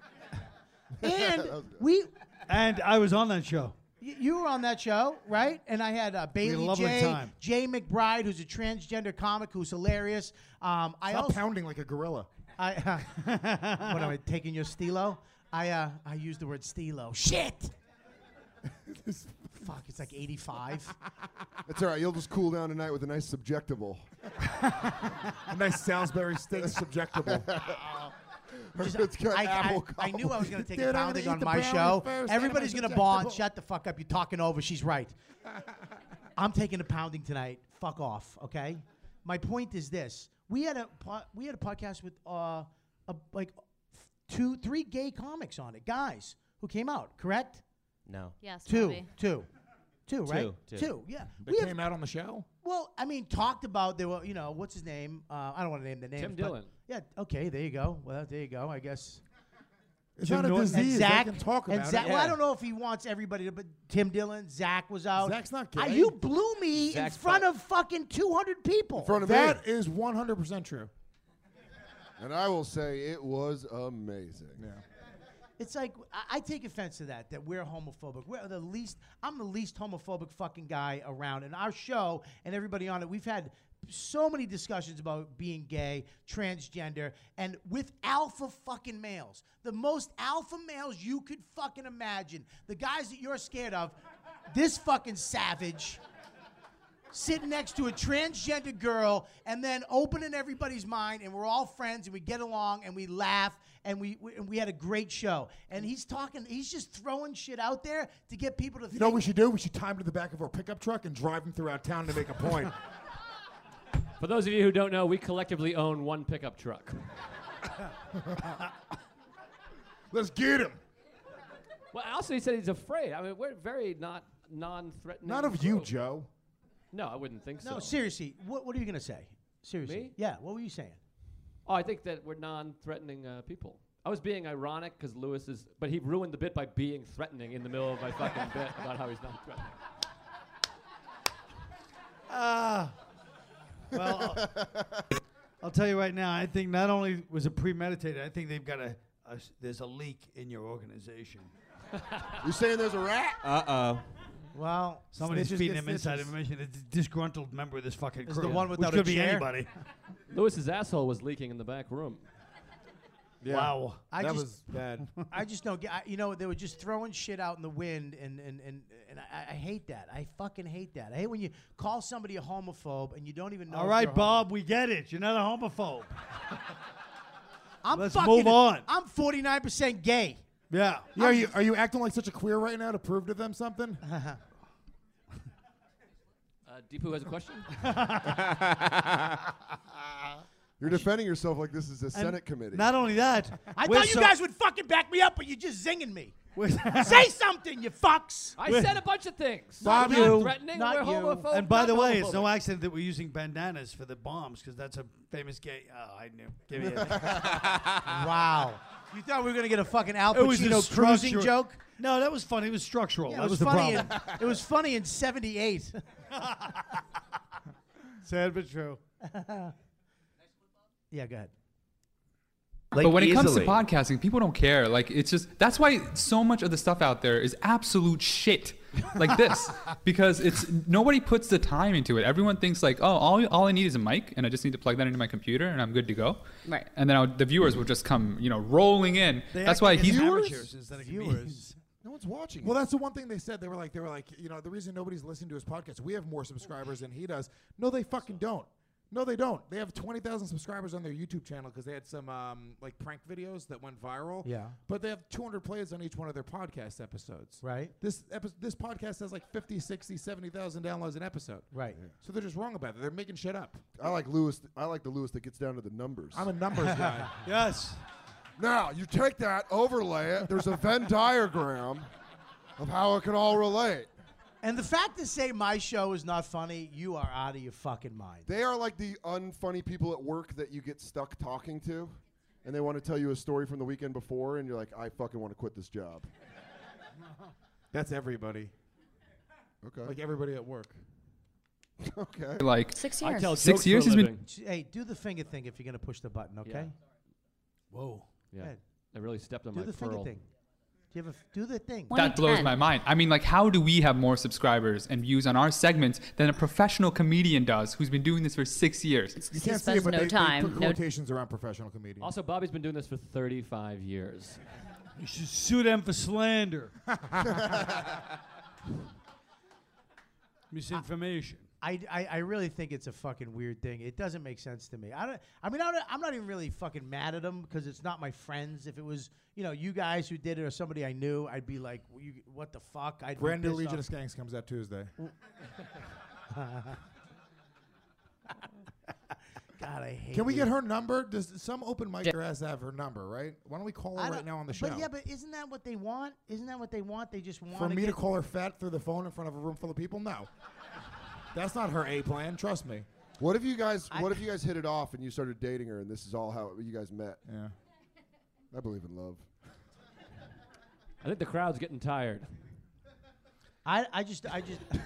Speaker 5: and we
Speaker 10: And I was on that show.
Speaker 5: Y- You were on that show, right? And I had uh,
Speaker 10: had a
Speaker 5: Bailey
Speaker 10: lovely
Speaker 5: J.
Speaker 10: time.
Speaker 5: Jay McBride, who's a transgender comic who's hilarious. Um, I
Speaker 7: Stop
Speaker 5: also,
Speaker 7: pounding like a gorilla.
Speaker 5: I, what am I taking your stilo? I uh, I used the word stilo. Shit. Fuck! It's like 85.
Speaker 8: That's all right. You'll just cool down tonight with a nice subjectable.
Speaker 7: a nice Salisbury steak subjectable.
Speaker 5: Just-
Speaker 8: It's got
Speaker 5: I,
Speaker 8: apple
Speaker 5: I- I knew I was going to take
Speaker 7: Dude,
Speaker 5: a
Speaker 7: I'm gonna
Speaker 5: pounding
Speaker 7: eat
Speaker 5: on
Speaker 7: the
Speaker 5: my
Speaker 7: brownies
Speaker 5: show.
Speaker 7: first,
Speaker 5: Everybody's
Speaker 7: then
Speaker 5: going to
Speaker 7: I'm
Speaker 5: bond.
Speaker 7: injectable.
Speaker 5: Shut the fuck up. You're talking over. She's right. I'm taking a pounding tonight. Fuck off. Okay. My point is this: we had a po- we had a podcast with uh, a, like two, three gay comics on it, guys who came out. Correct?
Speaker 11: No.
Speaker 1: Yes,
Speaker 5: Two,
Speaker 1: Bobby.
Speaker 5: two, two, right?
Speaker 11: Two, two.
Speaker 5: Yeah.
Speaker 7: They
Speaker 5: We have-
Speaker 7: came out on the show.
Speaker 5: well, I mean, talked about there were, you know, what's his name? Uh, I don't want to name the name.
Speaker 7: Tim Dillon.
Speaker 5: Yeah. Okay. There you go. Well, there you go. I guess.
Speaker 7: It's Jim not a Norton. disease.
Speaker 5: And
Speaker 7: They
Speaker 5: Zach,
Speaker 7: can talk
Speaker 5: and
Speaker 7: about it.
Speaker 5: Zach, Well, I
Speaker 7: Yeah.
Speaker 5: don't know if he wants everybody to. But Tim Dillon, Zach was out.
Speaker 7: Zach's not
Speaker 5: Uh,
Speaker 7: gay.
Speaker 5: you blew me
Speaker 7: Zach's
Speaker 5: in front of fucking 200 people. In
Speaker 7: That is 100% true.
Speaker 8: And I will say it was amazing. Yeah.
Speaker 5: It's like I, I take offense to that. That we're homophobic. We're the least. I'm the least homophobic fucking guy around. And our show and everybody on it, we've had so many discussions about being gay, transgender, and with alpha fucking males, the most alpha males you could fucking imagine. The guys that you're scared of. This fucking savage. sitting next to a transgender girl and then opening everybody's mind and we're all friends and we get along and we laugh and we, we and we had a great show and he's talking he's just throwing shit out there to get people to
Speaker 7: You
Speaker 5: think
Speaker 7: know what we should do? We should tie him to the back of our pickup truck and drive him throughout town to make a point.
Speaker 9: For those of you who don't know, we collectively own one pickup truck.
Speaker 7: Let's get him.
Speaker 9: Well, also he said he's afraid. I mean, we're very not non-threatening.
Speaker 7: Not of you,
Speaker 9: group.
Speaker 7: Joe.
Speaker 9: No, I wouldn't think so.
Speaker 5: no seriously what, what are you going to say seriously
Speaker 9: Me?
Speaker 5: yeah what were you saying
Speaker 9: Oh, I think that we're non-threatening uh, people. I was being ironic because Lewis is, but he ruined the bit by being threatening in the middle of my fucking bit about how he's not threatening.
Speaker 10: Ah. well, I'll, I'll tell you right now. I think not only was it premeditated. I think they've got a, a s- there's a leak in your organization.
Speaker 8: You saying there's a rat?
Speaker 11: Uh oh.
Speaker 5: well
Speaker 10: Somebody's
Speaker 5: snitches
Speaker 10: feeding
Speaker 5: get
Speaker 10: him inside
Speaker 5: snitches.
Speaker 10: information. It's a disgruntled member of this fucking
Speaker 5: Is
Speaker 10: crew.
Speaker 5: the one
Speaker 10: which
Speaker 5: without a
Speaker 10: could be
Speaker 5: chair?
Speaker 10: anybody.
Speaker 9: Lewis's asshole was leaking in the back room.
Speaker 10: Wow.
Speaker 5: I
Speaker 10: That
Speaker 5: just,
Speaker 10: was bad.
Speaker 5: I just don't get. I, you know, they were just throwing shit out in the wind, and and and, and I, I hate that. I fucking hate that. I hate when you call somebody a homophobe and you don't even know.
Speaker 10: All
Speaker 5: if
Speaker 10: right,
Speaker 5: they're homo-
Speaker 10: Bob, we get it. You're not a homophobe.
Speaker 5: I'm
Speaker 10: Let's
Speaker 5: fucking,
Speaker 10: move on.
Speaker 5: I'm 49% gay.
Speaker 10: Yeah.
Speaker 7: Yeah, are you are you acting like such a queer right now to prove to them something?
Speaker 9: Uh, Deepu has a question.
Speaker 8: You're defending yourself like this is a Senate committee.
Speaker 10: Not only that,
Speaker 5: I
Speaker 10: we're
Speaker 5: thought you
Speaker 10: so-
Speaker 5: guys would fucking back me up, but you're just zinging me.
Speaker 10: we're-
Speaker 5: Say something, you fucks.
Speaker 9: I
Speaker 10: We're-
Speaker 9: said a bunch of things.
Speaker 10: Not
Speaker 9: We're
Speaker 10: you.
Speaker 9: Not threatening.
Speaker 5: Not
Speaker 9: we're
Speaker 5: you.
Speaker 9: homophobic.
Speaker 10: And by
Speaker 9: not
Speaker 10: the way, it's
Speaker 9: homophobic.
Speaker 10: no accident that we're using bandanas for the bombs because that's a famous gay. Oh, I knew. Give me it.
Speaker 5: wow. You thought we were gonna get a fucking Al
Speaker 14: It was a
Speaker 5: Pacino cruising
Speaker 14: structural-
Speaker 5: joke?
Speaker 14: No, that was funny. It was structural.
Speaker 5: Yeah,
Speaker 14: that
Speaker 5: it was
Speaker 14: the
Speaker 5: funny.
Speaker 14: problem.
Speaker 5: In, it was funny in '78.
Speaker 14: Sad but true.
Speaker 5: yeah, go ahead.
Speaker 15: but when it comes to
Speaker 16: easily.
Speaker 15: podcasting, people don't care. Like it's just that's why so much of the stuff out there is absolute shit, like this, because it's nobody puts the time into it. Everyone thinks like, oh, all, all I need is a mic, and I just need to plug that into my computer, and I'm good to go.
Speaker 1: Right.
Speaker 15: And then I'll, the viewers will just come, you know, rolling in.
Speaker 7: They
Speaker 15: that's
Speaker 7: act
Speaker 15: why
Speaker 7: like
Speaker 15: he's
Speaker 7: it's
Speaker 14: amateurs instead of
Speaker 7: viewers. No one's watching. Well, that's the one thing they said. They were like, they were like, you know, the reason nobody's listening to his podcast, we have more subscribers than he does. No, they fucking don't. No, they don't. They have twenty thousand subscribers on their YouTube channel because they had some um, like prank videos that went viral.
Speaker 5: Yeah.
Speaker 7: But they have two hundred plays on each one of their podcast episodes.
Speaker 5: Right.
Speaker 7: This epi- this podcast has like 50, 60, 70,000 downloads an episode.
Speaker 5: Right.
Speaker 7: So they're just wrong about it. They're making shit up.
Speaker 8: I like Lewis. I like the Lewis that gets down to the numbers.
Speaker 7: I'm a numbers guy.
Speaker 8: yes. Now you take that, overlay it. There's a Venn diagram of how it can all relate.
Speaker 5: And the fact to say my show is not funny, you are out of your fucking mind.
Speaker 8: They are like the unfunny people at work that you get stuck talking to, and they want to tell you a story from the weekend before, and you're like, I fucking want to quit this job.
Speaker 7: That's everybody.
Speaker 8: Okay.
Speaker 7: Like everybody at work.
Speaker 8: okay.
Speaker 15: Like
Speaker 5: Six
Speaker 15: I tell six years he's been.
Speaker 5: Hey, do the finger thing if you're gonna push the button, okay? Whoa.
Speaker 9: Yeah.
Speaker 5: Go ahead.
Speaker 9: I really stepped on
Speaker 5: Do
Speaker 9: my
Speaker 5: the finger
Speaker 9: pearl.
Speaker 5: thing. Do you have a f- do the thing?
Speaker 15: That blows my mind. I mean, like, how do we have more subscribers and views on our segments than a professional comedian does who's been doing this for six years?
Speaker 7: You can't see it, but they, they put quotations around professional comedians.
Speaker 9: Also, Bobby's been doing this for 35 years.
Speaker 14: You should sue them for slander. Misinformation.
Speaker 5: I, I, I really think it's a fucking weird thing. It doesn't make sense to me. I don't. I mean, I don't, I'm not even really fucking mad at them because it's not my friends. If it was, you know, you guys who did it or somebody I knew, I'd be like, "Well, you, what the fuck? I'd be
Speaker 7: Brand new
Speaker 5: pissed
Speaker 7: Legion
Speaker 5: off.
Speaker 7: of Skanks comes out Tuesday.
Speaker 5: God, I hate.
Speaker 7: Can we
Speaker 5: you.
Speaker 7: get her number? Does some open micer has to have her number, right? Why don't we call
Speaker 5: I
Speaker 7: her
Speaker 5: don't-
Speaker 7: right now on the show?
Speaker 5: But yeah, but isn't that what they want? Isn't that what they want? They just want
Speaker 7: For me to call her fat through the phone in front of a room full of people? No. That's not her A plan, trust me.
Speaker 8: What if you guys? What if you guys hit it off and you started dating her, and this is all how you guys met?
Speaker 7: Yeah.
Speaker 8: I believe in love.
Speaker 9: I think the crowd's getting tired.
Speaker 5: I, I just I just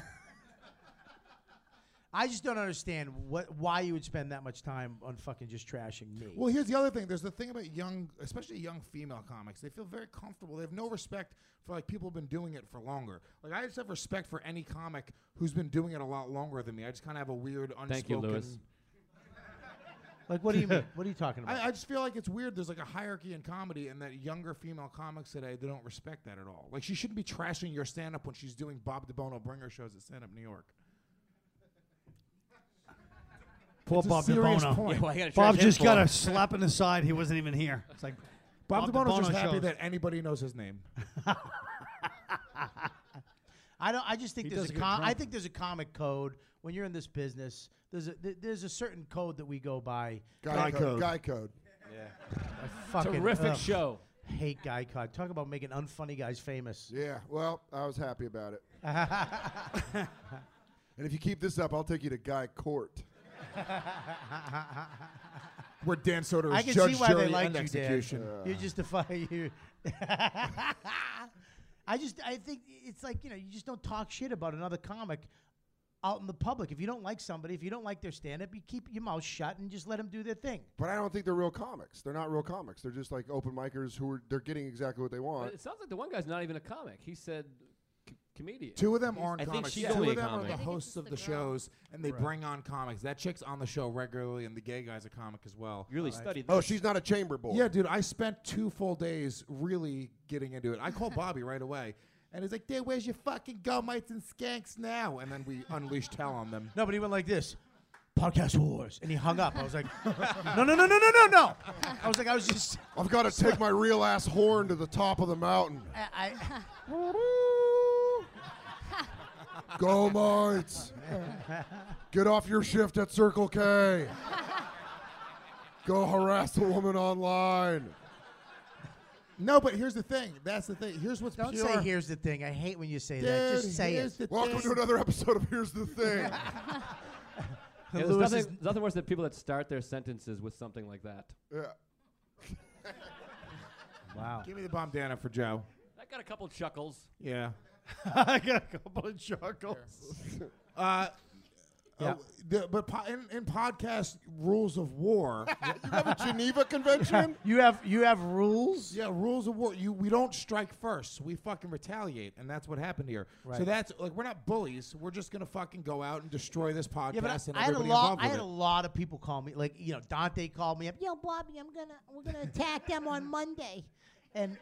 Speaker 5: I just don't understand what why you would spend that much time on fucking just trashing me.
Speaker 7: Well, here's the other thing. There's the thing about young, especially young female comics. They feel very comfortable. They have no respect for like people who've been doing it for longer. Like I just have respect for any comic who's been doing it a lot longer than me. I just kind of have a weird, unspoken.
Speaker 9: Thank you, Lewis.
Speaker 5: Like, what do you mean? What are you talking about?
Speaker 7: I, I just feel like it's weird. There's like a hierarchy in comedy, and that younger female comics today they don't respect that at all. Like she shouldn't be trashing your stand up when she's doing Bob DeBono bringer shows at Stand Up New York.
Speaker 14: Poor
Speaker 7: It's a
Speaker 14: Bob
Speaker 7: serious
Speaker 14: DeBono.
Speaker 7: point. Yeah, well, I gotta
Speaker 14: Bob
Speaker 7: charge him
Speaker 14: just
Speaker 7: for
Speaker 14: got
Speaker 7: it.
Speaker 14: a slap in the side. He wasn't even here. It's like
Speaker 7: Bob, DeBono's just happy
Speaker 14: shows.
Speaker 7: that anybody knows his name.
Speaker 5: I don't. I just think
Speaker 7: He
Speaker 5: there's
Speaker 7: does
Speaker 5: a.
Speaker 7: a good
Speaker 5: Com- I
Speaker 7: job.
Speaker 5: think there's a comic code when you're in this business. There's a th- there's a certain code that we go by.
Speaker 8: Guy Guy code. code. Guy code.
Speaker 5: Yeah. I fucking
Speaker 8: Terrific
Speaker 5: ugh,
Speaker 8: show.
Speaker 5: Hate guy code. Talk about making unfunny guys famous.
Speaker 8: Yeah. Well, I was happy about it. and if you keep this up, I'll take you to Guy Court.
Speaker 7: Where Dan Soder is
Speaker 5: I can
Speaker 7: judge,
Speaker 5: see why
Speaker 7: jury,
Speaker 5: they like
Speaker 7: and
Speaker 5: you,
Speaker 7: execution.
Speaker 5: Dan. You're just a fu- you. I just I think it's like you know you just don't talk shit about another comic out in the public. If you don't like somebody, if you don't like their stand up, you keep your mouth shut and just let them do their thing.
Speaker 8: But I don't think they're real comics. They're not real comics. They're just like open micers who are they're getting exactly what they want.
Speaker 9: It sounds like the one guy's not even a comic. He said c- comedian.
Speaker 7: Two of them
Speaker 9: He's-
Speaker 7: aren't
Speaker 9: I
Speaker 7: comics.
Speaker 9: Think she's
Speaker 7: Two
Speaker 9: only
Speaker 7: of them
Speaker 9: a comic.
Speaker 7: are the hosts of the, shows, and they
Speaker 9: Right.
Speaker 7: bring on comics. That chick's on the show regularly, and the gay guy's a comic as well.
Speaker 9: You really studied
Speaker 8: Oh, this. she's not a chamber boy.
Speaker 7: Yeah, dude, I spent two full days really getting into it. I called Bobby right away, and he's like, "Dude, where's your fucking gum mites and skanks now?" And then we unleashed hell on them.
Speaker 5: No, but he went like this. Podcast wars, and he hung up. I was like, no, no, no, no, no, no, no. I was like, I was just.
Speaker 8: I've got to take my real ass horn to the top of the mountain.
Speaker 5: I,
Speaker 8: Go mites. Get off your shift at Circle K. Go harass a woman online.
Speaker 7: No, but here's the thing. That's the thing. Here's what's
Speaker 5: Don't
Speaker 7: pure.
Speaker 5: say here's the thing. I hate when you say that.
Speaker 7: Dude,
Speaker 5: Just say
Speaker 7: here's the
Speaker 5: it.
Speaker 7: Welcome
Speaker 8: to another episode of Here's the Thing.
Speaker 9: Yeah, there's,
Speaker 5: Lewis
Speaker 9: nothing,
Speaker 5: is-
Speaker 9: there's nothing worse than people that start their sentences with something like that.
Speaker 8: Yeah.
Speaker 5: Wow.
Speaker 7: Give me the bomb Dana for Joe.
Speaker 9: I got a couple chuckles.
Speaker 7: Yeah.
Speaker 14: I got a couple of chuckles.
Speaker 7: Uh,
Speaker 14: Yeah.
Speaker 7: uh, the, but po- in, in podcast rules of war, you
Speaker 8: have a Geneva Convention.
Speaker 5: you have you have rules.
Speaker 7: Yeah, rules of war. You we don't strike first. We fucking retaliate, and that's what happened here. So
Speaker 5: Right.
Speaker 7: that's like we're not bullies. We're just gonna fucking go out and destroy this podcast
Speaker 5: Yeah, but I,
Speaker 7: and
Speaker 5: I had a
Speaker 7: everybody
Speaker 5: lot.
Speaker 7: involved
Speaker 5: I
Speaker 7: with
Speaker 5: had
Speaker 7: it.
Speaker 5: a lot of people call me. Like you know, Dante called me up. Yo,
Speaker 16: Bobby, I'm gonna we're gonna attack them on Monday.
Speaker 5: and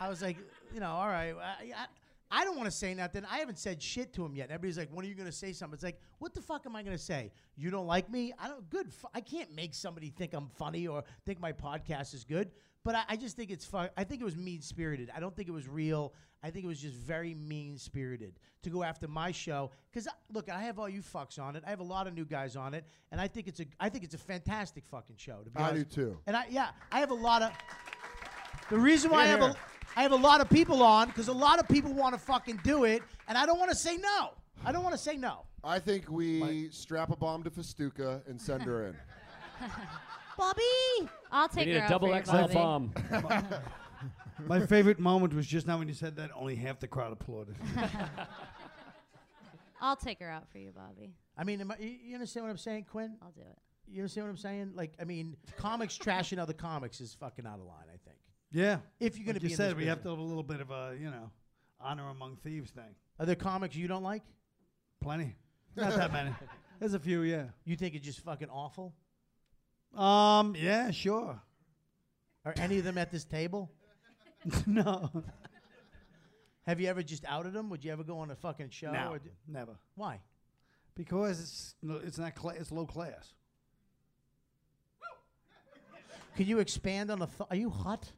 Speaker 5: I was like, you know, all right. I, I, I don't want to say nothing. I haven't said shit to him yet. And everybody's like, when are you going to say something? It's like, what the fuck am I going to say? You don't like me? I don't. Good. F- I can't make somebody think I'm funny or think my podcast is good. But I, I just think it's fun. I think it was mean spirited. I don't think it was real. I think it was just very mean spirited to go after my show. Because look, I have all you fucks on it. I have a lot of new guys on it, and I think it's a I think it's a fantastic fucking show. To be
Speaker 8: I do
Speaker 5: honest.
Speaker 8: too.
Speaker 5: And I yeah, I have a lot of. The reason why
Speaker 8: Hear,
Speaker 5: I have
Speaker 8: hear.
Speaker 5: a, I have a lot of people on because a lot of people want to fucking do it, and I don't want to say no. I don't want to say no.
Speaker 8: I think we strap a bomb to Festuca and send her in.
Speaker 16: Bobby, I'll take her out for you, Bobby.
Speaker 14: My favorite moment was just now when you said that. Only half the crowd applauded.
Speaker 16: I'll take her out for you, Bobby.
Speaker 5: I mean, am I, you you understand what I'm saying, Quinn?
Speaker 16: I'll do it.
Speaker 5: You understand what I'm saying? Like, I mean, comics trashing other comics is fucking out of line. I think.
Speaker 14: yeah.
Speaker 5: If you're gonna
Speaker 14: like
Speaker 5: be
Speaker 14: you
Speaker 5: in
Speaker 14: said
Speaker 5: this
Speaker 14: we have to
Speaker 5: business.
Speaker 14: have a little bit of a you know honor among thieves thing.
Speaker 5: Are there comics you don't like?
Speaker 14: Plenty. Not that many. There's a few, yeah.
Speaker 5: You think it's just fucking awful?
Speaker 14: Um, yeah, sure.
Speaker 5: Are any of them at this table?
Speaker 14: no.
Speaker 5: Have you ever just outed them? Would you ever go on a fucking show?
Speaker 14: No,
Speaker 5: or d-
Speaker 14: never.
Speaker 5: Why?
Speaker 14: Because it's no, it's not cla- it's low class.
Speaker 5: Can you expand on the? Th- are you hot?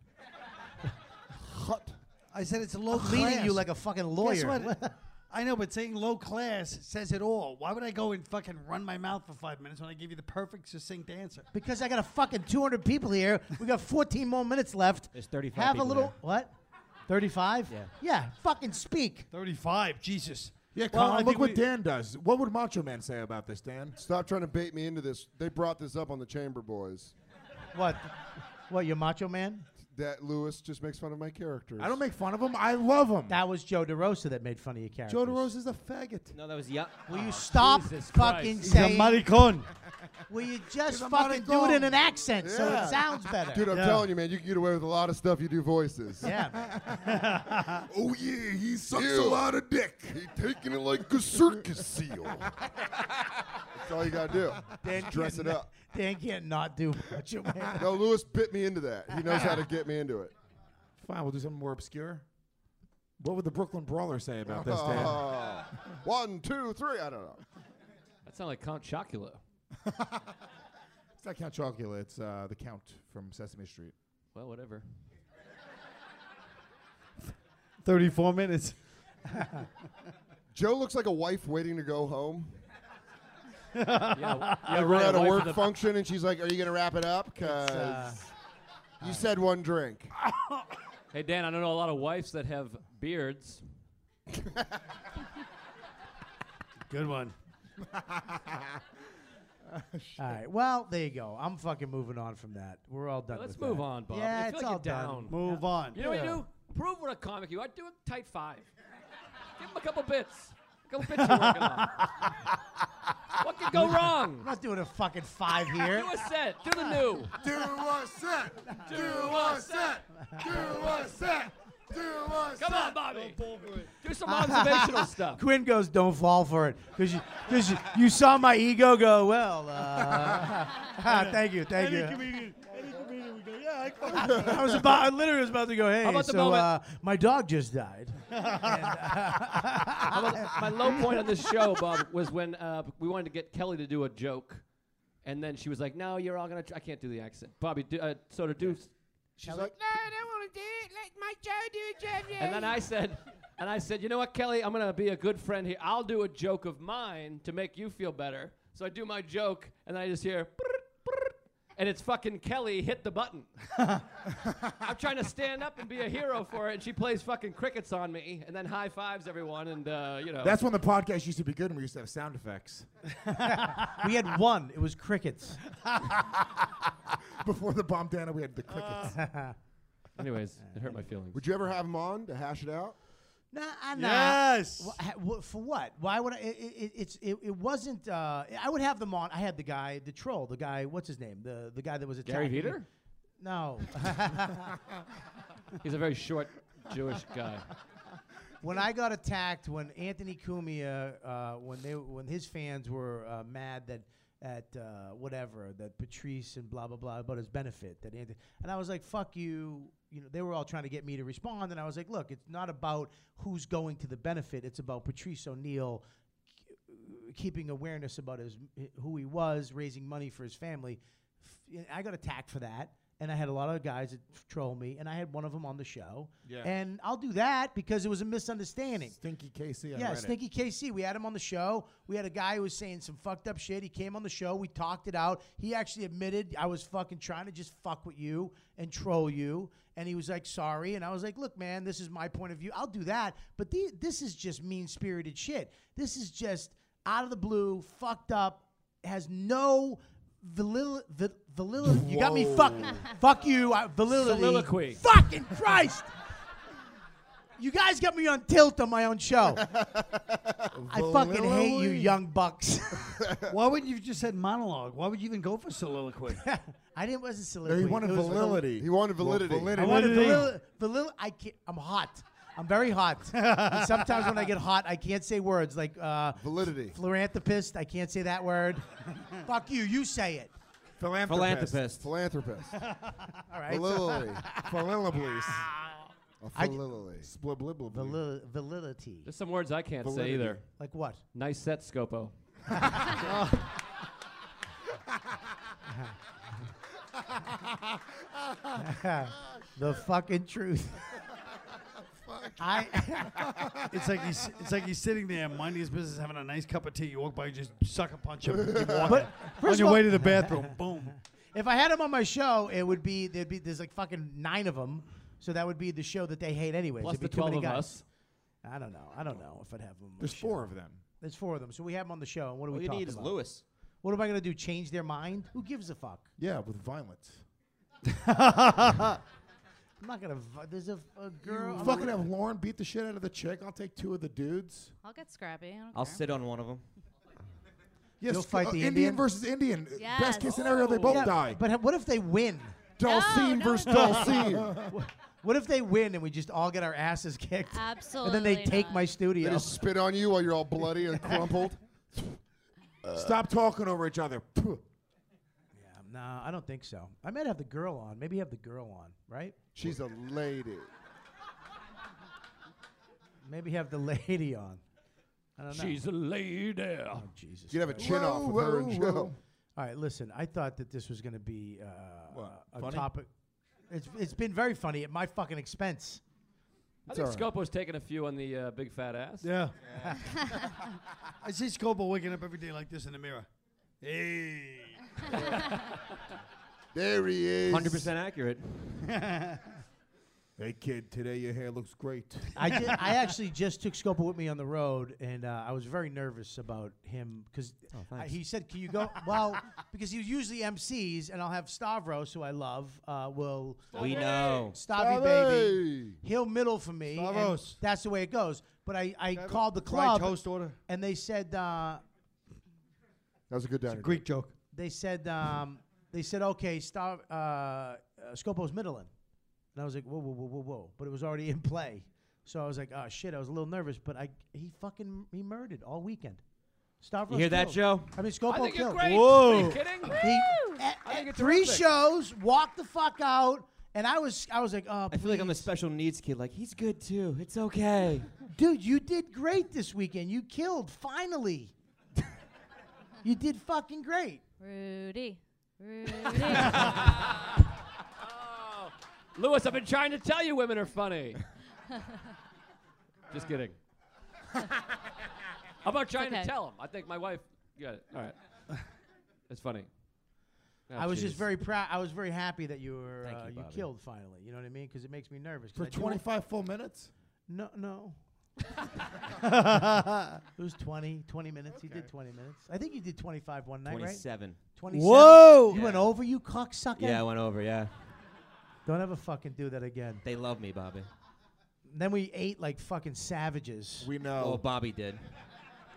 Speaker 14: Hot. I said it's low
Speaker 5: I'm
Speaker 14: class.
Speaker 5: leading you like a fucking
Speaker 14: Guess
Speaker 5: lawyer.
Speaker 14: what? I know, but saying low class says it all. Why would I go and fucking run my mouth for five minutes when I give you the perfect succinct answer?
Speaker 5: Because I got a fucking 200 people here. We got 14 more minutes left.
Speaker 14: There's 35
Speaker 5: Have a
Speaker 14: people
Speaker 5: little
Speaker 14: there.
Speaker 5: what? 35?
Speaker 14: Yeah.
Speaker 5: Yeah. Fucking speak.
Speaker 14: 35, Jesus.
Speaker 7: Yeah,
Speaker 14: Well,
Speaker 7: Colin,
Speaker 14: I
Speaker 7: look
Speaker 14: think
Speaker 7: what
Speaker 14: we-
Speaker 7: Dan does. What would Macho Man say about this, Dan?
Speaker 8: Stop trying to bait me into this. They brought this up on the Chamber Boys.
Speaker 5: What? What? You're Macho Man?
Speaker 8: That Lewis just makes fun of my characters.
Speaker 5: I don't
Speaker 7: make fun of him. I love him.
Speaker 5: That was Joe DeRosa that made fun of your character.
Speaker 7: DeRosa's a faggot.
Speaker 11: No, that was young.
Speaker 5: Will
Speaker 9: Ah,
Speaker 5: you stop fucking
Speaker 11: Christ. He's a
Speaker 5: saying?
Speaker 14: maricon.
Speaker 5: Will you just
Speaker 14: He's a
Speaker 5: fucking do it in an accent so
Speaker 8: Yeah.
Speaker 5: it sounds better?
Speaker 8: Dude, uh, I'm telling you, man, you can get away with a lot of stuff. You do voices.
Speaker 5: Yeah.
Speaker 8: oh yeah, he
Speaker 2: sucks a lot
Speaker 8: of dick. He taking it like a circus seal. That's all you gotta do. Just dress it
Speaker 5: can't-
Speaker 8: up.
Speaker 5: Dan can't not do Macho Man.
Speaker 8: No, Lewis bit me into that. He knows how to get me into it.
Speaker 7: Fine, we'll do something more obscure. What would the Brooklyn Brawler say about this, Dan?
Speaker 8: Oh. One, two, three. I don't know.
Speaker 9: That sounds like Count Chocula.
Speaker 7: It's not Count Chocula. It's uh, the Count from Sesame Street.
Speaker 9: Well, whatever.
Speaker 14: 34 minutes.
Speaker 8: Joe looks like a wife waiting to go home.
Speaker 14: yeah,
Speaker 8: Like we're
Speaker 14: right,
Speaker 8: at a
Speaker 14: a wife
Speaker 8: work
Speaker 14: with a-
Speaker 8: function, and she's like, "Are you gonna wrap it up? Cause
Speaker 14: uh,
Speaker 8: you said one drink."
Speaker 9: Hey, Dan, I don't know a lot of wives that have beards.
Speaker 14: Good one.
Speaker 5: all right. Well, there you go. I'm fucking moving on from that. We're all done.
Speaker 9: Let's
Speaker 5: with
Speaker 9: move
Speaker 5: that.
Speaker 9: on, Bob.
Speaker 5: Yeah,
Speaker 9: I feel
Speaker 5: it's
Speaker 9: like
Speaker 5: all
Speaker 9: you're
Speaker 5: done.
Speaker 9: down.
Speaker 14: Move on.
Speaker 9: You know what
Speaker 5: Yeah.
Speaker 9: you do? Prove what a comic you are. Do a tight five. Give him a couple bits. A couple bits you're working on. what could go wrong?
Speaker 5: I'm not doing a fucking five here.
Speaker 9: Do a set. Do the new.
Speaker 2: Do a set. Do a set. Do a set. Do a set.
Speaker 9: Come on, Bobby. Do some observational stuff.
Speaker 5: Quinn goes, "Don't fall for it," because you, cause you, you saw my ego go. Well, uh, thank you, thank
Speaker 14: any
Speaker 5: you.
Speaker 14: Comedian, any comedian would go, yeah, I fucking
Speaker 5: I was about, I literally was about to go. Hey,
Speaker 14: about the
Speaker 5: so
Speaker 14: moment-
Speaker 5: uh, my dog just died.
Speaker 9: How about- my low point on this show, Bob, was when uh, we wanted to get Kelly to do a joke, and then she was like, "No, you're all gonna. Tr- I can't do the accent." Bobby, do, uh, so to do. She's like,
Speaker 17: No, I don't want to do it. Let my Joe do a job.
Speaker 9: and then I said, and I said, "You know what, Kelly? I'm gonna be a good friend here. I'll do a joke of mine to make you feel better." So I do my joke, and then I just hear. And it's fucking Kelly hit the button. I'm trying to stand up and be a hero for it, and she plays fucking crickets on me, and then high fives everyone, and uh, you know.
Speaker 7: That's when the podcast used to be good and we used to have sound effects.
Speaker 5: we had one. It was crickets. Uh.
Speaker 7: Before the bomb Dana, we had the crickets.
Speaker 9: Anyways, it hurt my feelings.
Speaker 8: Would you ever have him on to hash it out?
Speaker 5: No, I
Speaker 8: Yes.
Speaker 5: Wha- ha- wha- For what? Why would I? It, it, it's it, it wasn't. Uh, I would have them on. I had the guy, the troll, the guy. What's his name? The the guy that was
Speaker 9: Gary
Speaker 5: attacking. me.
Speaker 9: Veeder?
Speaker 5: No.
Speaker 9: He's a very short Jewish guy.
Speaker 5: when I got attacked, when Anthony Cumia, uh, when they when his fans were uh, mad that at uh, whatever that Patrice and blah blah blah about his benefit that Anthony, and I was like, fuck you. You know, they were all trying to get me to respond, and I was like, look, it's not about who's going to the benefit. It's about Patrice O'Neill keeping awareness about his who he was, raising money for his family. F- I got attacked for that, and I had a lot of guys that troll me, and I had one of them on the show.
Speaker 7: Yeah.
Speaker 5: And I'll do that because it was a misunderstanding.
Speaker 7: Stinky Casey. on
Speaker 5: yeah,
Speaker 7: Reddit.
Speaker 5: Stinky KC. We had him on the show. We had a guy who was saying some fucked up shit. He came on the show. We talked it out. He actually admitted I was fucking trying to just fuck with you and troll you. And he was like, sorry. And I was like, look, man, this is my point of view. I'll do that. But the, this is just mean spirited shit. This is just out of the blue, fucked up, has no validity. validity. You got me fuck, fuck you, uh, validity.
Speaker 9: Soliloquy.
Speaker 5: Fucking Christ. You guys got me on tilt on my own show. I fucking hate you,
Speaker 14: Valilly.
Speaker 5: young bucks.
Speaker 14: Why would you have just said monologue? Why would you even go for soliloquy?
Speaker 5: I didn't wasn't soliloquy. It was
Speaker 8: He wanted validity.
Speaker 5: I wanted valil- valil- I can't, I'm hot. I'm very hot. And sometimes when I get hot, I can't say words like uh,
Speaker 8: validity.
Speaker 5: Philanthropist. I can't say that word. Fuck you. You say it.
Speaker 8: Philanthropist. Philanthropist.
Speaker 5: All right.
Speaker 8: Valilly. Phililiblis. A
Speaker 5: I-
Speaker 8: phililily.
Speaker 5: Valil- validity.
Speaker 9: There's some words I can't
Speaker 5: Validity.
Speaker 9: say either.
Speaker 5: Like what?
Speaker 9: Nice set, Scopo.
Speaker 5: the fucking truth. I.
Speaker 14: it's like he's it's like he's sitting there minding his business, having a nice cup of tea. You walk by, you just sucker punch him. keep walking.
Speaker 5: But
Speaker 14: on
Speaker 5: first
Speaker 14: your
Speaker 5: of all-
Speaker 14: way to the bathroom, boom.
Speaker 5: If I had him on my show, it would be there'd be there's like fucking nine of them, so that would be the show that they hate anyways.
Speaker 9: Plus
Speaker 5: It'd be
Speaker 9: the
Speaker 5: too many
Speaker 9: 12 of
Speaker 5: guys.
Speaker 9: us.
Speaker 5: I don't know. I don't know if I'd have them.
Speaker 7: There's four of them.
Speaker 5: There's four of them, so we have them on the show. And what do
Speaker 11: All
Speaker 5: we
Speaker 11: you
Speaker 5: talk
Speaker 11: need is
Speaker 5: about?
Speaker 11: Lewis.
Speaker 5: What am I gonna do? Change their mind? Who gives a fuck?
Speaker 7: Yeah, with violence.
Speaker 5: I'm not gonna. Vi- there's a, a girl.
Speaker 7: You
Speaker 5: I'm
Speaker 7: fucking
Speaker 5: not-
Speaker 7: have Lauren beat the shit out of the chick. I'll take two of the dudes.
Speaker 16: I'll get scrappy. I don't
Speaker 11: I'll
Speaker 16: care.
Speaker 11: sit on one of them.
Speaker 7: Yes,
Speaker 5: You'll fight
Speaker 7: uh,
Speaker 5: the
Speaker 7: Indian,
Speaker 5: Indian?
Speaker 7: versus Indian. Uh,
Speaker 16: Yes.
Speaker 7: Best case scenario, they both
Speaker 5: Yeah,
Speaker 7: die.
Speaker 5: But ha- what if they win?
Speaker 7: Dalcine versus Dalcine.
Speaker 5: What if they win and we just all get our asses kicked? And then they
Speaker 16: Absolutely
Speaker 5: take
Speaker 16: not.
Speaker 5: my
Speaker 8: They
Speaker 5: studio.
Speaker 8: just spit on you while you're all bloody and crumpled.
Speaker 7: Stop talking over each other. Phew.
Speaker 5: no, I don't think so. I might have the girl on. Maybe have the girl on, right?
Speaker 8: She's a lady.
Speaker 5: Maybe have the lady on. I don't know.
Speaker 9: She's a lady.
Speaker 5: Oh, Jesus.
Speaker 8: You'd have a
Speaker 5: Christ.
Speaker 8: chin off with her and Joe.
Speaker 5: All right, listen. I thought that this was going to be uh,
Speaker 8: What,
Speaker 5: a
Speaker 8: funny?
Speaker 5: topic. It's it's been very funny at my fucking expense.
Speaker 9: I
Speaker 5: It's
Speaker 9: think
Speaker 5: all
Speaker 9: Scopo's taking a few on the uh, big fat ass.
Speaker 14: Yeah. I see Scopo waking up every day like this in the mirror. Hey.
Speaker 8: There he is.
Speaker 9: 100% accurate.
Speaker 7: Hey kid, today your hair looks great.
Speaker 5: I did, I actually just took Scopa with me on the road, and uh, I was very nervous about him because
Speaker 11: thanks.
Speaker 5: he said, "Can you go?" well, because he usually MCs, and I'll have Stavros, who I love, uh, will
Speaker 11: We know.
Speaker 5: Stavy baby, he'll middle for me. and
Speaker 14: Stavros.
Speaker 5: that's the way it goes. But I, I
Speaker 14: Can I have a
Speaker 5: called the
Speaker 14: fried
Speaker 5: club,
Speaker 14: toast order?
Speaker 5: and they said. Uh,
Speaker 8: That was a good diner.
Speaker 14: Greek joke.
Speaker 5: they said um, they said okay, Star uh, uh, Scopo's middling, and I was like whoa whoa whoa whoa whoa, but it was already in play, so I was like oh shit, I was a little nervous, but I he fucking he murdered all weekend. Stavros
Speaker 11: You hear that,
Speaker 5: killed.
Speaker 11: Joe?
Speaker 5: I mean Scopo
Speaker 11: I think you're
Speaker 5: killed.
Speaker 11: great. Whoa. Are you kidding?
Speaker 5: He- at- at three
Speaker 11: terrific.
Speaker 5: shows, walked the fuck out, and I was I was like oh.
Speaker 11: I feel like I'm the special needs kid. Like he's good too. It's okay.
Speaker 5: Dude, you did great this weekend. You killed finally. you did fucking great.
Speaker 16: Rudy. Rudy.
Speaker 9: Lewis, I've been trying to tell you women are funny. Just kidding. I'm not trying
Speaker 16: okay.
Speaker 9: to tell him. I think my wife got it. All right. It's funny. Oh,
Speaker 5: I was just
Speaker 9: jeez.
Speaker 5: very proud. I was very happy that you were
Speaker 9: Thank
Speaker 5: uh,
Speaker 9: you,
Speaker 5: you,
Speaker 9: Bobby.
Speaker 5: killed finally. You know what I mean? Because it makes me nervous. 'cause
Speaker 7: For
Speaker 5: I do-
Speaker 7: 25 full minutes?
Speaker 5: No, no. it was 20, 20 minutes. He did 20 minutes. I think you did 25 one night, right?
Speaker 11: 27.
Speaker 5: 27.
Speaker 11: Whoa!
Speaker 5: You went over, you cocksucker.
Speaker 11: Yeah, I went over. Yeah.
Speaker 5: Don't ever fucking do that again.
Speaker 11: They love me, Bobby.
Speaker 5: Then we ate like fucking savages.
Speaker 7: We know.
Speaker 11: Oh, Bobby did.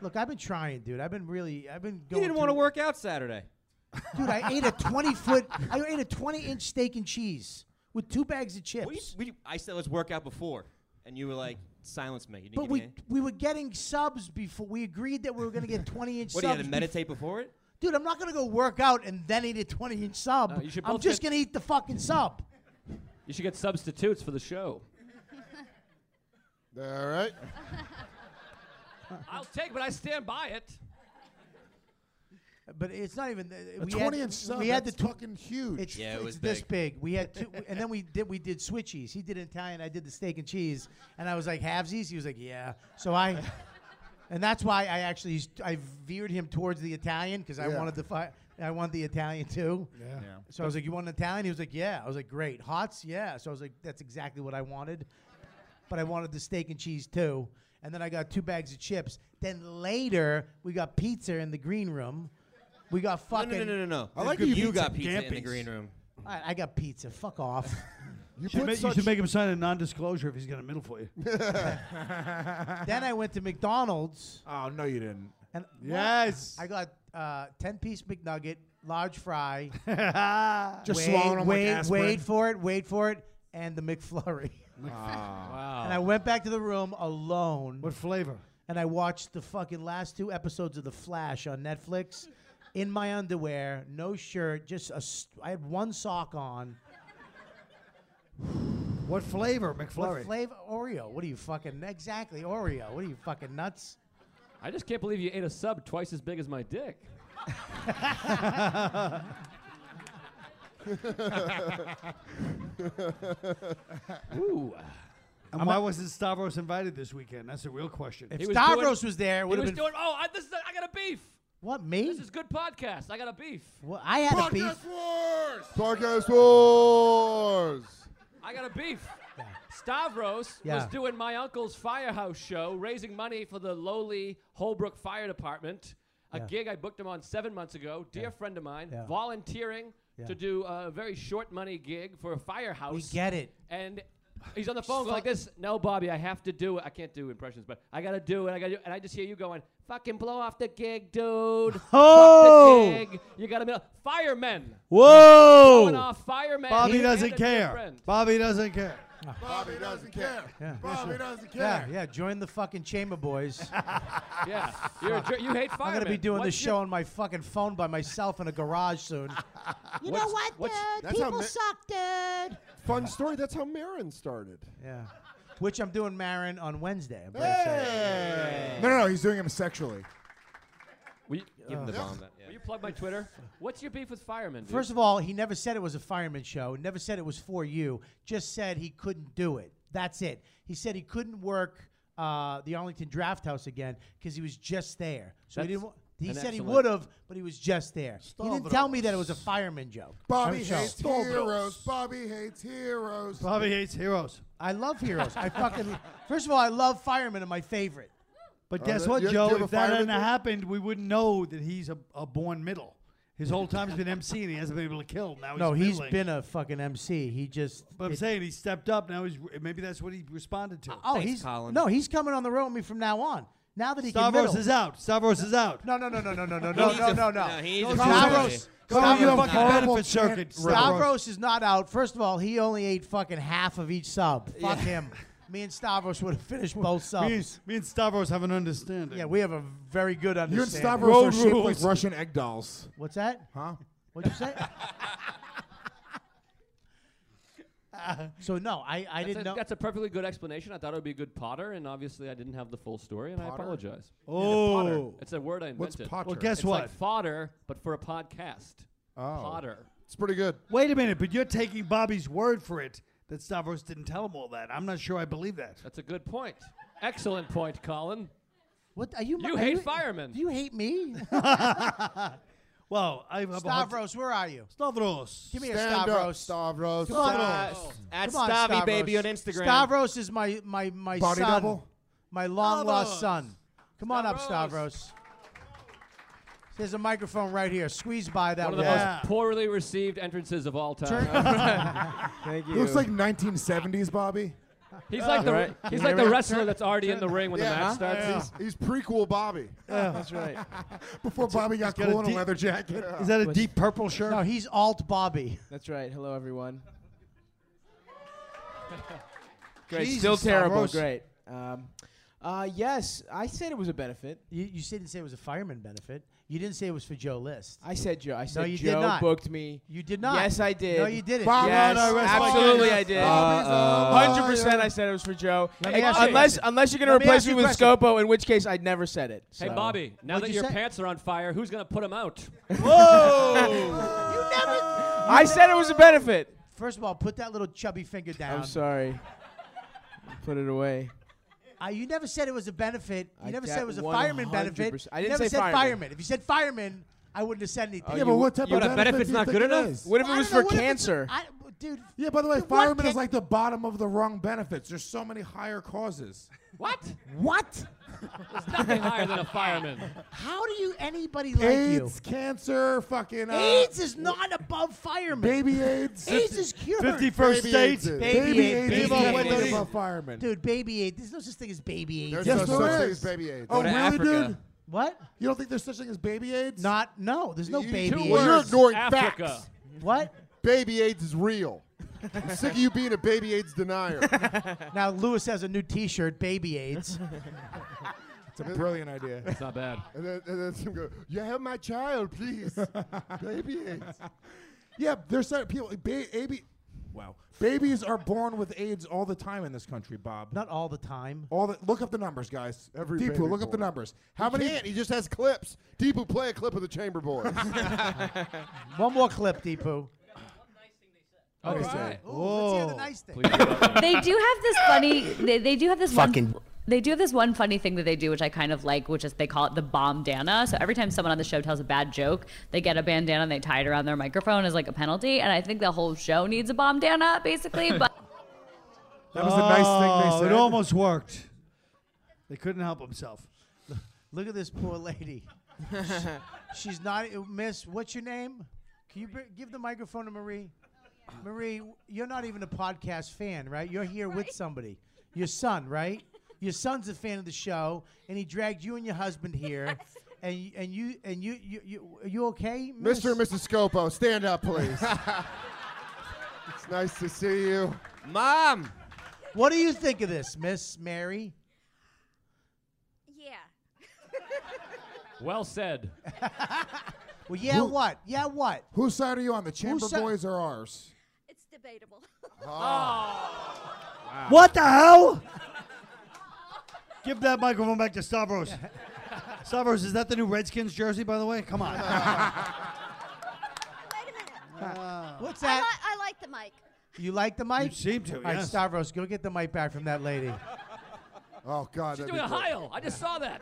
Speaker 5: Look, I've been trying, dude. I've been really, I've been
Speaker 11: You
Speaker 5: going.
Speaker 11: didn't want to
Speaker 5: through-
Speaker 11: work out Saturday.
Speaker 5: dude. I ate a twenty foot, I ate a twenty inch steak and cheese with two bags of chips.
Speaker 11: We, we, I said let's work out before, and you were like, silence me. You didn't
Speaker 5: but
Speaker 11: give
Speaker 5: we
Speaker 11: me any-
Speaker 5: we were getting subs before. We agreed that we were gonna get twenty inch
Speaker 11: What, do you
Speaker 5: subs.
Speaker 11: had to
Speaker 5: bef-
Speaker 11: meditate before it?
Speaker 5: Dude, I'm not gonna go work out and then eat a 20 inch sub.
Speaker 9: No, you should
Speaker 5: I'm
Speaker 9: both
Speaker 5: just
Speaker 9: get-
Speaker 5: gonna eat the fucking sub.
Speaker 9: You should get substitutes for the show.
Speaker 8: All right.
Speaker 9: I'll take, but I stand by it.
Speaker 5: But it's not even. uh,
Speaker 7: A
Speaker 5: we
Speaker 7: 20
Speaker 5: had,
Speaker 7: inch sub,
Speaker 5: We had
Speaker 7: that's
Speaker 5: the tw-
Speaker 7: fucking huge.
Speaker 5: It's,
Speaker 7: Yeah, it
Speaker 5: it's
Speaker 7: was
Speaker 5: this
Speaker 7: big.
Speaker 5: big. We had two, and then we did we did switchies. He did Italian. I did the steak and cheese, and I was like halvesies. He was like, yeah. So I, and that's why I actually s- I veered him towards the Italian because I
Speaker 7: Yeah.
Speaker 5: wanted the fi- I wanted the Italian too.
Speaker 7: Yeah. Yeah.
Speaker 5: So I was like, you want an Italian? He was like, yeah. I was like, great. Hots, yeah. So I was like, that's exactly what I wanted, but I wanted the steak and cheese too. And then I got two bags of chips. Then later we got pizza in the green room. We got
Speaker 11: No,
Speaker 5: fucking.
Speaker 11: no, no, no, no, no. you, got pizza in the green room.
Speaker 5: I, I got pizza. Fuck off.
Speaker 14: You should, ma- you should make him sign a non-disclosure if he's got a middle for you.
Speaker 5: then I went to McDonald's.
Speaker 7: Oh no, you didn't.
Speaker 5: And
Speaker 7: Yes.
Speaker 5: I got uh, ten piece McNugget, large fry.
Speaker 7: Just
Speaker 5: wait,
Speaker 7: swallowing 'em like
Speaker 5: wait,
Speaker 7: aspirin.
Speaker 5: wait for it, wait for it, and the McFlurry.
Speaker 7: Wow.
Speaker 5: And I went back to the room alone.
Speaker 14: What flavor?
Speaker 5: And I watched the fucking last two episodes of The Flash on Netflix, in my underwear, no shirt, just a. St- I had one sock on.
Speaker 14: What flavor,
Speaker 5: What
Speaker 14: McFlurry?
Speaker 5: flavor? Oreo. What are you fucking? Exactly, Oreo. What are you fucking nuts?
Speaker 9: I just can't believe you ate a sub twice as big as my dick.
Speaker 14: Ooh. And
Speaker 9: I'm
Speaker 14: why
Speaker 9: not-
Speaker 14: wasn't Stavros invited this weekend? That's the real question.
Speaker 5: If
Speaker 9: He was doing- he was doing. Oh, I, this is, I got a beef.
Speaker 5: What me?
Speaker 9: This is good podcast. I got a beef.
Speaker 5: Well, I had a beef.
Speaker 8: Wars! Podcast Wars!
Speaker 9: I got a beef. Stavros was
Speaker 8: Yeah.
Speaker 9: doing my uncle's firehouse show, raising money for the lowly Holbrook Fire Department. A
Speaker 18: Yeah.
Speaker 9: gig I booked him on seven months ago. Dear friend of mine,
Speaker 18: Yeah.
Speaker 9: volunteering
Speaker 18: Yeah.
Speaker 9: to do a very short money gig for a firehouse.
Speaker 5: We get it.
Speaker 9: And he's on the phone going like this. No, Bobby, I have to do it. I can't do impressions, but I gotta do it. I gotta do it. And I just hear you going, "Fucking blow off the gig, dude. Fuck the
Speaker 14: Oh!
Speaker 9: gig. You gotta be firemen.
Speaker 14: Whoa!
Speaker 9: Blowing off firemen.
Speaker 14: Bobby
Speaker 9: and a
Speaker 14: doesn't
Speaker 9: dear
Speaker 14: care.
Speaker 9: friend.
Speaker 14: Bobby doesn't care.
Speaker 8: Bobby doesn't care.
Speaker 5: Yeah.
Speaker 8: Bobby
Speaker 5: yeah.
Speaker 8: doesn't
Speaker 5: Yeah,
Speaker 8: care.
Speaker 5: yeah. Join the fucking chamber, boys.
Speaker 9: Yeah, you're a jer- you hate
Speaker 5: I'm gonna be
Speaker 9: firemen.
Speaker 5: doing
Speaker 9: What's
Speaker 5: this show on my fucking phone by myself in a garage soon.
Speaker 16: You know what, dude?
Speaker 8: that's how
Speaker 16: People
Speaker 8: ma-
Speaker 16: suck, dude.
Speaker 8: Fun story. That's how Marin started.
Speaker 5: Yeah. Which I'm doing Marin on Wednesday. I'm very
Speaker 8: Hey!
Speaker 5: excited.
Speaker 7: No, no, no. He's doing him sexually.
Speaker 9: We
Speaker 5: Give him the bomb,
Speaker 9: Will you plug my Twitter? What's your beef with firemen? Dude?
Speaker 5: First of all, he never said it was a fireman show. Never said it was for you. Just said he couldn't do it. That's it. He said he couldn't work uh, the Arlington Draft House again because he was just there. So he
Speaker 7: That's
Speaker 5: didn't. Wa- he
Speaker 7: an
Speaker 5: said he
Speaker 7: excellent-
Speaker 5: would have, but he was just there. He didn't tell me that it was a fireman joke.
Speaker 7: Bobby
Speaker 5: I'm sure.
Speaker 7: hates heroes. Bobby hates heroes.
Speaker 14: Bobby hates heroes.
Speaker 5: I love heroes. I fucking. First of all, I love firemen are my favorite. Uh,
Speaker 14: But guess what, Joe? If that hadn't happened, we wouldn't know that he's a, a born middle. His whole time he's been MC and he hasn't been able to kill. Now he's
Speaker 5: no, he's
Speaker 14: middling.
Speaker 5: been a fucking MC. He just.
Speaker 14: But I'm
Speaker 5: it-
Speaker 14: saying he stepped up. Now he's maybe that's what he responded to.
Speaker 5: Oh, he's no, he's coming on the road with me from now on. Now that he can
Speaker 14: Stavros
Speaker 5: middle.
Speaker 14: is out. Stavros is out.
Speaker 5: No, no, no, no, no, no, no,
Speaker 14: He
Speaker 5: no,
Speaker 14: needs
Speaker 5: no,
Speaker 14: a-
Speaker 5: no,
Speaker 14: no,
Speaker 5: no.
Speaker 14: he needs a
Speaker 5: Stavros,
Speaker 14: benefit. Go on your fucking benefit
Speaker 5: Horrible
Speaker 14: circuit, Stavros.
Speaker 5: Stavros is not out. First of all, he only ate fucking half of each sub. Fuck him. Me and Stavros would have finished both
Speaker 14: Me
Speaker 5: subs.
Speaker 14: and, me and Stavros have an understanding.
Speaker 5: Yeah, we have a very good understanding.
Speaker 7: You and Stavros are shaped like Russian egg dolls.
Speaker 5: What's that?
Speaker 7: Huh?
Speaker 5: What'd you say? so no, I, I
Speaker 9: That's
Speaker 5: didn't
Speaker 9: a,
Speaker 5: know.
Speaker 9: That's a perfectly good explanation. I thought it would be a good Potter, and obviously I didn't have the full story, and I
Speaker 14: Potter?
Speaker 9: apologize.
Speaker 14: Oh.
Speaker 9: Yeah, potter. it's a word I
Speaker 14: What's
Speaker 9: invented.
Speaker 14: potter? Oh. Well, guess
Speaker 9: It's like
Speaker 14: what?
Speaker 9: fodder, but for a podcast. Potter.
Speaker 8: It's pretty good.
Speaker 14: Wait a minute, but you're taking Bobby's word for it that Stavros didn't tell him all that. I'm not sure I believe that.
Speaker 9: That's a good point. Excellent point, Colin.
Speaker 5: What are you?
Speaker 9: You
Speaker 5: are
Speaker 9: hate firemen.
Speaker 5: Do you hate me?
Speaker 14: well, I have a hard-
Speaker 5: Stavros, where are you?
Speaker 14: Stavros.
Speaker 5: Give me
Speaker 14: Stand
Speaker 5: a
Speaker 14: up,
Speaker 5: Stavros.
Speaker 8: Stavros.
Speaker 5: Come on,
Speaker 8: Stavros.
Speaker 5: Stavros.
Speaker 8: At
Speaker 5: Come on,
Speaker 8: Stavy
Speaker 5: Stavros.
Speaker 8: Baby on Instagram.
Speaker 5: Stavros is my my my
Speaker 8: Body
Speaker 5: son,
Speaker 8: double?
Speaker 5: my long lost
Speaker 8: Stavros.
Speaker 5: son. Come on up, Stavros. There's a microphone right here. Squeeze by that
Speaker 9: One of the most poorly received entrances of all time.
Speaker 7: Thank Looks like 1970s, Bobby.
Speaker 9: He's like the- Right. he's like the wrestler that's already in the ring when the match starts.
Speaker 8: He's, he's prequel Bobby.
Speaker 7: Yeah, that's right.
Speaker 8: Before Bobby got
Speaker 7: cool in a leather
Speaker 8: jacket.
Speaker 5: Is that a deep purple shirt? No, he's alt Bobby.
Speaker 11: That's right. Hello, everyone. Great.
Speaker 5: Jesus,
Speaker 11: Still terrible.
Speaker 5: Stavros.
Speaker 11: Great. Um, uh, yes, I said it was a benefit.
Speaker 5: You, you didn't say it was a fireman benefit. You didn't say it was for Joe List.
Speaker 11: I said Joe. I said
Speaker 5: no, you
Speaker 11: Joe
Speaker 5: did not.
Speaker 11: booked me.
Speaker 5: You did not.
Speaker 11: Yes, I did.
Speaker 5: No, you didn't.
Speaker 11: yes, absolutely, I did. Uh, Hundred percent, I said it was for Joe.
Speaker 9: Let me ask you-
Speaker 11: unless, unless you're gonna
Speaker 9: Let me
Speaker 11: replace
Speaker 9: ask
Speaker 11: me
Speaker 9: you a
Speaker 11: with
Speaker 9: question.
Speaker 11: Scopo, in which case I'd never said it.
Speaker 9: Hey,
Speaker 11: So-
Speaker 9: Bobby, now that your pants are on fire, who's going to put them out?
Speaker 11: Whoa! I said it was a benefit.
Speaker 5: First of all, put that little chubby finger down.
Speaker 11: I'm sorry. Put it away.
Speaker 5: Uh, you never said it was a benefit. You
Speaker 11: I
Speaker 5: never
Speaker 11: got
Speaker 5: said it was a fireman
Speaker 11: 100%.
Speaker 5: benefit.
Speaker 11: I
Speaker 5: you
Speaker 11: didn't
Speaker 5: never
Speaker 11: say
Speaker 5: said
Speaker 11: fireman.
Speaker 5: If you said fireman, I wouldn't have said anything.
Speaker 11: Oh, Yeah, but you- what type you- of but a benefit benefit's do you not think good it enough? is? What if
Speaker 5: Well,
Speaker 11: it
Speaker 5: I
Speaker 11: was
Speaker 5: don't know. What
Speaker 11: for
Speaker 5: if it's-
Speaker 11: cancer?
Speaker 5: I, dude.
Speaker 7: Yeah, by the way,
Speaker 5: What
Speaker 7: fireman
Speaker 5: can-
Speaker 7: is like the bottom of the wrong benefits. There's so many higher causes.
Speaker 9: What?
Speaker 5: What?
Speaker 9: There's nothing higher than a fireman.
Speaker 5: How do you anybody like you?
Speaker 7: AIDS, cancer, fucking. Uh,
Speaker 5: AIDS is not above firemen.
Speaker 7: Baby AIDS.
Speaker 5: AIDS is cured.
Speaker 7: 51st Baby AIDS
Speaker 5: Baby,
Speaker 7: is. Baby
Speaker 5: AIDS.
Speaker 7: AIDS is
Speaker 5: Baby
Speaker 7: above-
Speaker 5: AIDS.
Speaker 7: above firemen.
Speaker 5: Dude, baby AIDS. There's no such thing as baby AIDS.
Speaker 8: There's Yes, no there such thing is. as baby AIDS.
Speaker 7: Oh,
Speaker 8: Go to
Speaker 7: really,
Speaker 8: Africa.
Speaker 7: dude?
Speaker 5: What?
Speaker 7: You don't think there's such thing as baby AIDS?
Speaker 5: Not. No, there's no
Speaker 8: You-
Speaker 5: baby AIDS.
Speaker 8: Well, you're ignoring
Speaker 5: Africa.
Speaker 8: facts.
Speaker 5: What?
Speaker 8: Baby AIDS is real. I'm sick of you being a baby AIDS denier.
Speaker 5: now Lewis has a new T-shirt, baby AIDS.
Speaker 7: It's a brilliant idea.
Speaker 9: It's not bad.
Speaker 8: And then, and then some go, you have my child, please. baby AIDS.
Speaker 7: Yeah, there's some people. Ba- baby, wow, babies are born with AIDS all the time in this country, Bob.
Speaker 5: Not all the time.
Speaker 7: All the look up the numbers, guys. Every Deepu,
Speaker 8: baby
Speaker 7: look up the
Speaker 8: born.
Speaker 7: numbers. How
Speaker 8: he
Speaker 7: many?
Speaker 8: Can't. He just has clips. Deepu, play a clip of the Chamber Boys.
Speaker 5: One more clip, Deepu.
Speaker 8: All
Speaker 5: Okay.
Speaker 8: right.
Speaker 5: Ooh, let's hear the nice thing.
Speaker 1: they do have this funny. They, they do have this
Speaker 5: Fucking-
Speaker 1: One, they do have this one funny thing that they do, which I kind of like, which is they call it the bomb dana. So every time someone on the show tells a bad joke, they get a bandana and they tie it around their microphone as like a penalty. And I think the whole show needs a bomb dana, basically. But
Speaker 10: That was a nice thing they
Speaker 14: Oh,
Speaker 10: said.
Speaker 14: It almost worked. They couldn't help himself.
Speaker 5: Look at this poor lady. She's not, uh, Miss. What's your name? Can you br- give the microphone to Marie? Marie, you're not even a podcast fan, right? You're here with somebody. Your son, right? Your son's a fan of the show, and he dragged you and your husband here. And y- and you and you you you, are you okay, Miss?
Speaker 8: Mr. and Mrs. Scopo, stand up, please. it's nice to see you.
Speaker 5: Mom, what do you think of this, Miss Mary?
Speaker 18: Yeah.
Speaker 9: Well said.
Speaker 5: Well, yeah,
Speaker 7: Who-
Speaker 5: what? Yeah, what?
Speaker 7: Whose side are you on? The Chamber
Speaker 5: si-
Speaker 7: Boys or ours?
Speaker 18: It's debatable.
Speaker 14: What the hell? Give that microphone back to Stavros. Stavros, is that the new Redskins jersey, by the way? Come on.
Speaker 5: What's
Speaker 18: I,
Speaker 5: that?
Speaker 18: li- I like the mic.
Speaker 5: You like the mic?
Speaker 14: Uh, You seem to,
Speaker 5: All right,
Speaker 14: yes.
Speaker 5: Stavros, go get the mic back from that lady.
Speaker 8: Oh God,
Speaker 9: She's doing a Heil. I just saw that.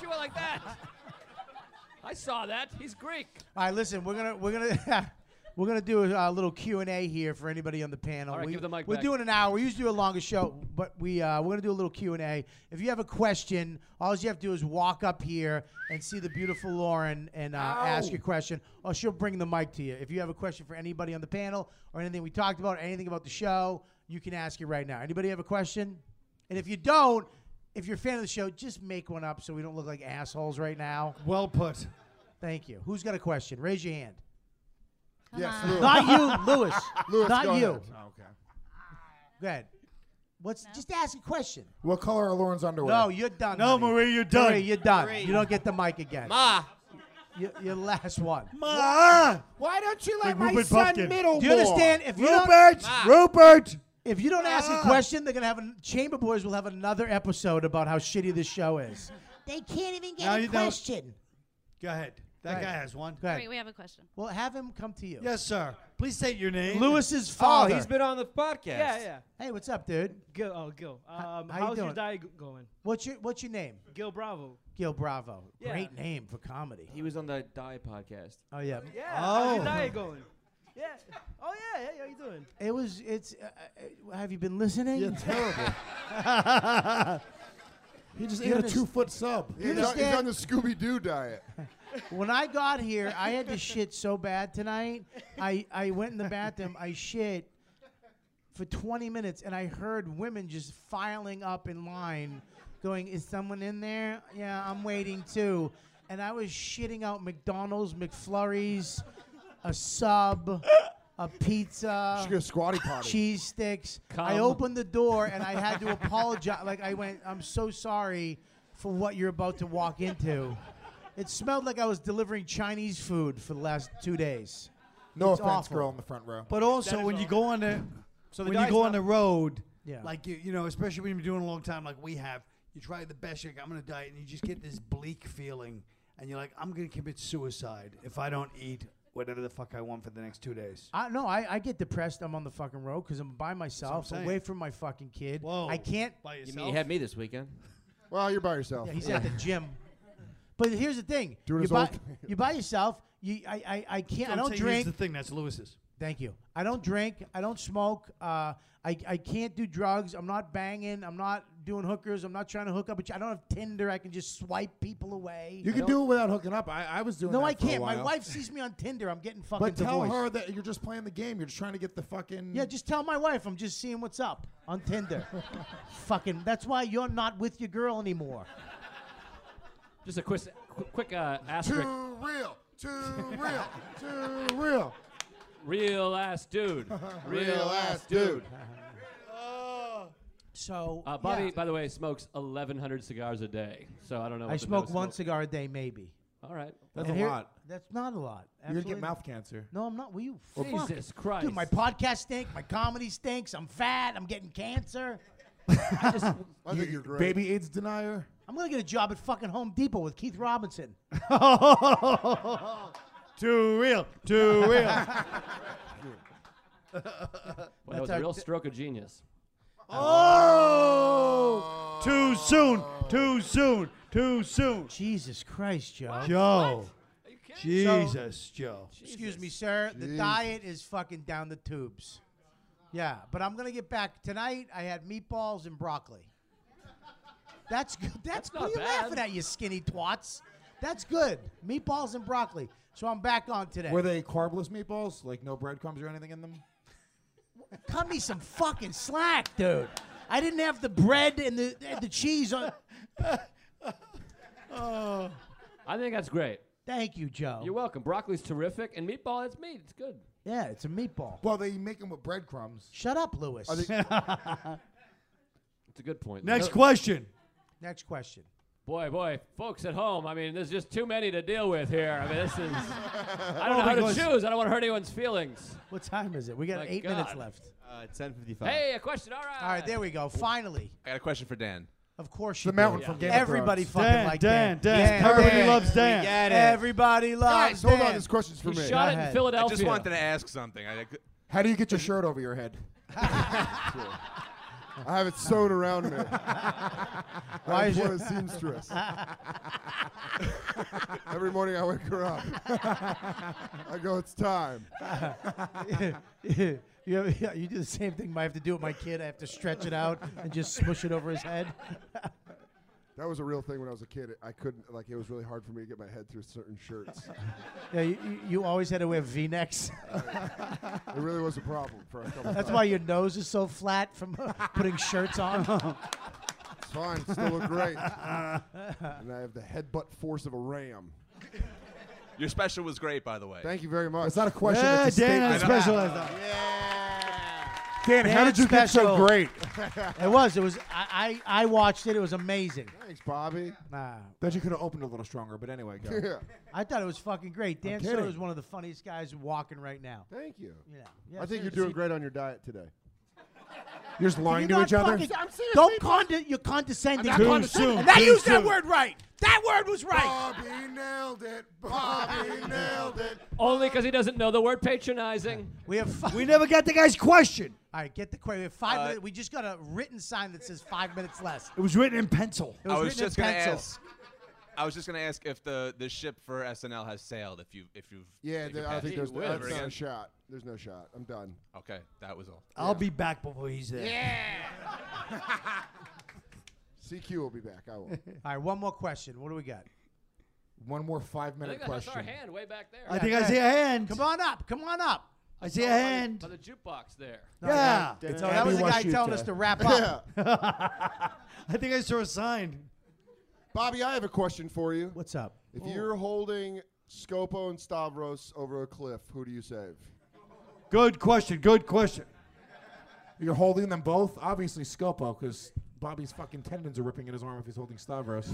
Speaker 9: She went like that. I saw that. He's Greek.
Speaker 5: All right, listen, we're gonna we're gonna we're gonna do a, uh, little Q and A here for anybody on the panel.
Speaker 9: All right,
Speaker 5: we,
Speaker 9: give the mic
Speaker 5: we're
Speaker 9: back.
Speaker 5: doing an hour. We usually do a longer show, but we uh, we're gonna do a little Q and A. If you have a question, all you have to do is walk up here and see the beautiful Lauren and uh, ask
Speaker 11: Ow.
Speaker 5: your question, or she'll bring the mic to you. If you have a question for anybody on the panel or anything we talked about, anything about the show, you can ask it right now. Anybody have a question? And if you don't, if you're a fan of the show, just make one up so we don't look like assholes right now.
Speaker 14: Well put.
Speaker 5: Thank you. Who's got a question? Raise your hand.
Speaker 8: Yes,
Speaker 5: on. Not you, Louis.
Speaker 8: Lewis,
Speaker 5: Not
Speaker 8: go
Speaker 5: you.
Speaker 8: ahead.
Speaker 7: okay.
Speaker 5: Go ahead. What's just ask a question?
Speaker 7: What color are Lauren's underwear?
Speaker 5: No, you're done.
Speaker 7: No,
Speaker 5: honey.
Speaker 7: Marie, you're done.
Speaker 5: Marie, you're done.
Speaker 7: Marie.
Speaker 5: You don't get the mic again.
Speaker 7: Ma.
Speaker 5: Your, your last one.
Speaker 14: Ma.
Speaker 17: Why don't you let
Speaker 5: Like
Speaker 17: my
Speaker 5: Rupert
Speaker 17: son
Speaker 5: Pupkin.
Speaker 17: middle
Speaker 5: Do you understand? If you don't-
Speaker 17: Rupert!
Speaker 9: Ah.
Speaker 14: Rupert!
Speaker 5: If you don't ask a
Speaker 17: Ah.
Speaker 5: question, they're gonna have a, Chamber Boys will have another episode about how shitty this show is. They can't even
Speaker 14: get Now a you don't-
Speaker 5: question.
Speaker 14: Go ahead. That
Speaker 5: Right.
Speaker 14: guy has one.
Speaker 5: Go ahead.
Speaker 19: we have a question.
Speaker 5: Well, have him come to you.
Speaker 14: Yes, sir. Please state your name.
Speaker 5: Lewis's father.
Speaker 20: on the podcast. Yeah, yeah.
Speaker 5: Hey, what's up, dude?
Speaker 20: Go, oh, go. Um,
Speaker 5: how you
Speaker 20: how's your
Speaker 5: doing?
Speaker 20: diet g- going?
Speaker 5: What's your What's your name?
Speaker 20: Gil Bravo.
Speaker 5: Gil Bravo.
Speaker 20: Yeah.
Speaker 5: Great name for comedy.
Speaker 20: He was on the diet podcast.
Speaker 5: Oh yeah.
Speaker 20: Yeah. How's
Speaker 5: Oh.
Speaker 20: your diet going? Yeah. Oh yeah. Yeah. How you doing?
Speaker 5: It was. It's. Uh, uh, have you been listening?
Speaker 20: You're terrible.
Speaker 7: He just
Speaker 5: You
Speaker 7: ate a
Speaker 5: understand-
Speaker 7: two foot sub.
Speaker 5: You understand?
Speaker 8: Scooby Doo diet.
Speaker 5: when I got here, I had to shit so bad tonight. I, I went in the bathroom, I shit for 20 minutes, and I heard women just filing up in line going, Is someone in there? Yeah, I'm waiting too. And I was shitting out McDonald's, McFlurries, a sub, a pizza,
Speaker 8: She goes squatty potty.
Speaker 5: cheese sticks. I
Speaker 8: Come.
Speaker 5: opened the door and I had to apologize. Like I went, I'm so sorry for what you're about to walk into. It smelled like I was delivering Chinese food for the last two days.
Speaker 7: No
Speaker 5: It's
Speaker 7: offense,
Speaker 5: awful.
Speaker 7: girl in the front row.
Speaker 14: But also, when you go on the,
Speaker 5: So the
Speaker 14: when you
Speaker 5: guy's
Speaker 14: go on
Speaker 5: not-
Speaker 14: the road,
Speaker 5: Yeah.
Speaker 14: like you, you know, especially when you're doing a long time, like we have, you try the best. You're like, I'm gonna die, and you just get this bleak feeling, and you're like, I'm gonna commit suicide if I don't eat whatever the fuck I want for the next two days.
Speaker 5: I, no, I, I get depressed. I'm on the fucking road because I'm by myself,
Speaker 14: saying.
Speaker 5: away from my fucking kid. I can't.
Speaker 20: You mean you had me this weekend?
Speaker 8: Well, you're by yourself.
Speaker 5: Yeah, he's at the gym. But here's the thing:
Speaker 20: Doing
Speaker 5: you
Speaker 20: his
Speaker 5: by,
Speaker 20: own thing.
Speaker 5: you by yourself. You, I, I, I can't. I
Speaker 14: Don't
Speaker 5: don't
Speaker 14: say
Speaker 5: drink.
Speaker 14: Here's the thing that's Lewis's.
Speaker 5: Thank you. I don't drink. I don't smoke. Uh, I, I can't do drugs. I'm not banging. I'm not doing hookers. I'm not trying to hook up. With you. I don't have Tinder. I can just swipe people away.
Speaker 7: You can do it without hooking up. I, I was doing
Speaker 5: No,
Speaker 7: that
Speaker 5: I
Speaker 7: for a
Speaker 5: can't. My
Speaker 7: while.
Speaker 5: wife sees me on Tinder. I'm getting fucking
Speaker 7: But tell
Speaker 5: divorced.
Speaker 7: her that you're just playing the game. You're just trying to get the fucking.
Speaker 5: Yeah, just tell my wife I'm just seeing what's up on Tinder. fucking. That's why you're not with your girl anymore.
Speaker 9: Just a quick, quick uh, asterisk.
Speaker 7: Too real. Too real. Too real.
Speaker 9: Real ass dude. Real,
Speaker 7: Real
Speaker 9: ass
Speaker 7: ass
Speaker 9: dude.
Speaker 7: dude.
Speaker 5: So,
Speaker 9: Uh, Bobby,
Speaker 5: yeah.
Speaker 9: by the way, smokes 1,100 cigars a day. So I don't know.
Speaker 5: I
Speaker 9: what the
Speaker 5: smoke
Speaker 9: no
Speaker 5: one cigar a day, maybe.
Speaker 9: All right.
Speaker 7: That's
Speaker 5: And
Speaker 7: a
Speaker 5: here-
Speaker 7: lot.
Speaker 5: That's not a lot.
Speaker 7: You're gonna get
Speaker 5: Absolutely
Speaker 7: mouth
Speaker 5: not.
Speaker 7: cancer.
Speaker 5: No, I'm not. Will you?
Speaker 7: Well,
Speaker 5: fuck.
Speaker 7: Jesus Christ.
Speaker 5: Dude, my podcast stinks. My comedy stinks. I'm fat. I'm getting cancer.
Speaker 8: I think you're great.
Speaker 7: Baby AIDS denier.
Speaker 5: I'm gonna get a job at fucking Home Depot with Keith Robinson.
Speaker 14: Too real. Too real.
Speaker 9: Well, that was
Speaker 14: That's
Speaker 9: a
Speaker 14: our
Speaker 9: real
Speaker 14: d-
Speaker 9: stroke of genius.
Speaker 14: Oh, too soon, too soon, too soon.
Speaker 5: Jesus Christ, Joe.
Speaker 14: Joe. Jesus,
Speaker 5: So-
Speaker 14: Joe.
Speaker 5: Excuse me, sir. The
Speaker 14: Jesus.
Speaker 5: diet is fucking down the tubes. Yeah, but I'm gonna get back tonight. I had meatballs and broccoli. That's good. That's, good.
Speaker 2: not
Speaker 5: What are you
Speaker 2: bad.
Speaker 5: laughing at, you skinny twats? That's good. Meatballs and broccoli. So I'm back on today.
Speaker 7: Were they carbless meatballs? Like no breadcrumbs or anything in them?
Speaker 5: Cut me some fucking slack, dude. I didn't have the bread and the and the cheese on.
Speaker 9: Oh. I think that's great.
Speaker 5: Thank you, Joe.
Speaker 9: You're welcome. Broccoli's terrific, and meatball, it's meat. It's good.
Speaker 5: Yeah, it's a meatball.
Speaker 7: Well, they make them with breadcrumbs.
Speaker 5: Shut up, Lewis.
Speaker 7: Are they-
Speaker 9: It's a good point.
Speaker 14: Next question.
Speaker 5: Next question.
Speaker 9: Boy, boy, folks at home. I mean, there's just too many to deal with here. I mean, this is. I don't
Speaker 5: Oh,
Speaker 9: know how to
Speaker 5: because-
Speaker 9: choose. I don't want to hurt anyone's feelings.
Speaker 5: What time is it? We got
Speaker 9: My
Speaker 5: eight
Speaker 9: God.
Speaker 5: minutes left.
Speaker 19: Uh, it's 10:55.
Speaker 9: Hey, a question. All right.
Speaker 5: All right, there we go. Finally.
Speaker 19: I got a question for Dan.
Speaker 5: Of course
Speaker 19: The
Speaker 5: you
Speaker 19: mountain
Speaker 5: do.
Speaker 19: from Game of
Speaker 5: Everybody
Speaker 19: Thrones.
Speaker 5: fucking
Speaker 19: Dan,
Speaker 5: like
Speaker 19: Dan,
Speaker 5: Dan.
Speaker 19: Dan. Everybody loves Dan.
Speaker 5: We
Speaker 19: Get it.
Speaker 5: Everybody loves
Speaker 19: Guys, hold
Speaker 5: Dan.
Speaker 19: on, this question's for He me.
Speaker 5: Go
Speaker 19: shot it in
Speaker 5: ahead.
Speaker 19: I just wanted to ask something. I,
Speaker 7: How do you get your shirt over your head?
Speaker 8: I have it sewn around me.
Speaker 7: Why
Speaker 8: I
Speaker 7: is
Speaker 8: employ
Speaker 7: your-
Speaker 8: a seamstress. Every morning I wake her up. I go, it's time.
Speaker 5: you, have- yeah, you do the same thing I have to do with my kid. I have to stretch it out and just smush it over his head.
Speaker 8: That was a real thing when I was a kid. I couldn't like it was really hard for me to get my head through certain shirts.
Speaker 5: Yeah, you, you- you always had to wear V-necks.
Speaker 8: it really was a problem for a couple.
Speaker 5: That's
Speaker 8: times.
Speaker 5: why your nose is so flat from putting shirts on.
Speaker 8: It's fine. Still look great. and I have the headbutt force of a ram.
Speaker 19: your special was great, by the way.
Speaker 8: Thank you very much.
Speaker 7: It's not a question, Yeah, it's a Dan
Speaker 19: Dan
Speaker 7: has statement. special has
Speaker 5: Dan,
Speaker 7: how did you get so great?
Speaker 5: it was. It was. I, I, I watched it. It was amazing.
Speaker 8: Thanks, Bobby.
Speaker 5: Nah.
Speaker 7: Bet you could have opened a little stronger, but anyway, go.
Speaker 5: I thought it was fucking great. Dan Soder
Speaker 8: kidding.
Speaker 5: is one of the funniest guys walking right now.
Speaker 8: Thank you.
Speaker 5: Yeah.
Speaker 8: I think you're doing great on your diet today.
Speaker 7: You're just lying
Speaker 5: You're
Speaker 7: to
Speaker 5: not
Speaker 7: each other.
Speaker 5: fucking- Don't conde- you're condescending.
Speaker 7: I'm not Too condescending. soon,
Speaker 5: And I
Speaker 7: too
Speaker 5: used that
Speaker 7: soon.
Speaker 5: word right. That word was right.
Speaker 7: Bobby nailed it. Bobby nailed it.
Speaker 9: Only because he doesn't know the word patronizing.
Speaker 5: We have. Fi-
Speaker 14: We never got the guy's question.
Speaker 5: All right, get the question. We have five
Speaker 14: Uh,
Speaker 5: minutes. We just got a written sign that says five minutes less.
Speaker 14: It was written in pencil.
Speaker 5: It was
Speaker 19: I was
Speaker 5: written in
Speaker 19: just gonna
Speaker 5: pencil.
Speaker 19: ask. I was just gonna ask if the, the ship for SNL has sailed. If you if you've
Speaker 8: Yeah,
Speaker 19: if
Speaker 8: there-
Speaker 19: you
Speaker 8: I
Speaker 19: passed
Speaker 8: think
Speaker 19: it.
Speaker 8: there's
Speaker 19: Ever
Speaker 8: that's not
Speaker 19: again?
Speaker 8: a shot. There's no shot. I'm done.
Speaker 19: Okay, that was all.
Speaker 14: I'll be back before he's there.
Speaker 8: Yeah. CQ will be back. I will.
Speaker 5: All right, one more question. What do we got?
Speaker 7: One more five
Speaker 9: I think that's our hand way back there.
Speaker 5: I think I see a hand. Come on up. Come on up. I see a
Speaker 9: By the-
Speaker 5: hand.
Speaker 9: By the jukebox there.
Speaker 5: Yeah. It's
Speaker 14: all
Speaker 5: that was the
Speaker 14: Abby
Speaker 5: guy telling
Speaker 14: Washuta.
Speaker 5: us to wrap up.
Speaker 14: I think I saw a sign.
Speaker 8: Bobby, I have a question for you.
Speaker 5: What's up?
Speaker 8: If
Speaker 14: Oh.
Speaker 8: you're holding Scopo and Stavros over a cliff, who do you save?
Speaker 14: Good question. Good question.
Speaker 7: You're holding them both? Obviously, Scopo, because Bobby's fucking tendons are ripping in his arm if he's holding Stavros.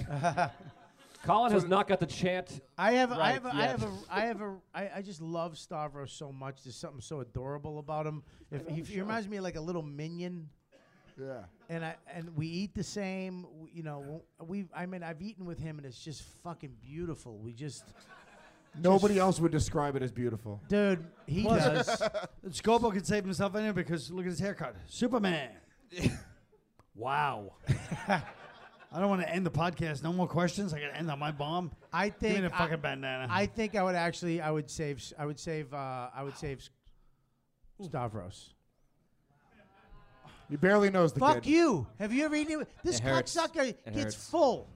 Speaker 9: Colin has not got the chant.
Speaker 5: I have, I
Speaker 9: right
Speaker 5: have, a, I
Speaker 9: yet.
Speaker 5: have, a, I have a, I, I just love Stavros so much. There's something so adorable about him. If,
Speaker 8: love
Speaker 5: he,
Speaker 8: the
Speaker 5: he
Speaker 8: show.
Speaker 5: reminds me of like a little minion.
Speaker 8: Yeah.
Speaker 5: And I and we eat the same. w- You know, we. I mean, I've eaten with him, and it's just fucking beautiful. We just.
Speaker 7: Nobody else would describe it as beautiful.
Speaker 5: Dude, he
Speaker 14: Plus,
Speaker 5: does.
Speaker 14: Scopo can save himself in here because look at his haircut. Superman. wow. I don't want to end the podcast. No more questions. I got to end on my bomb.
Speaker 5: I think
Speaker 14: Give me the
Speaker 5: I-
Speaker 14: fucking bandana.
Speaker 5: I think I would actually. I would save. s- I would save. Uh, I would save s- Stavros.
Speaker 7: He barely knows the
Speaker 5: Fuck
Speaker 7: kid.
Speaker 5: you. Have you ever eaten? it? This
Speaker 7: It hurts.
Speaker 5: cocksucker
Speaker 7: It
Speaker 5: gets
Speaker 7: hurts.
Speaker 5: full.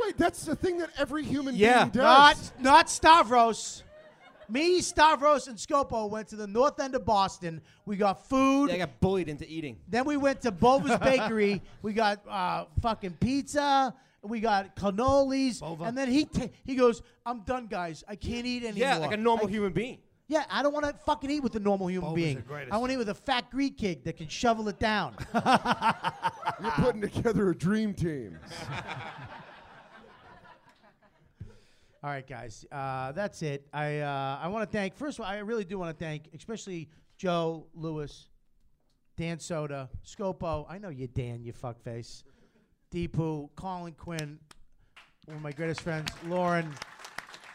Speaker 8: Wait, that's the thing that every human being does.
Speaker 5: Not not Stavros. Me, Stavros, and Scopo went to the north end of Boston. We got food.
Speaker 21: I got bullied into eating.
Speaker 5: Then we went to Bova's Bakery. We got uh, fucking pizza. We got cannolis. And then he ta he goes, "I'm done, guys. I can't eat anymore."
Speaker 21: Yeah, like a normal
Speaker 5: I-
Speaker 21: human being.
Speaker 5: Yeah, I don't want to fucking eat with a normal human
Speaker 21: Bova's
Speaker 5: being.
Speaker 21: the greatest.
Speaker 5: I want to eat with a fat Greek kid that can shovel it down.
Speaker 8: You're putting together a dream team.
Speaker 5: All right, guys, uh, that's it. I uh, I want to thank first of all, I really do want to thank, especially Joe Lewis, Dan Soda, Scopo. I know you, Dan, you fuckface. Deepu, Colin Quinn, one of my greatest friends, Lauren,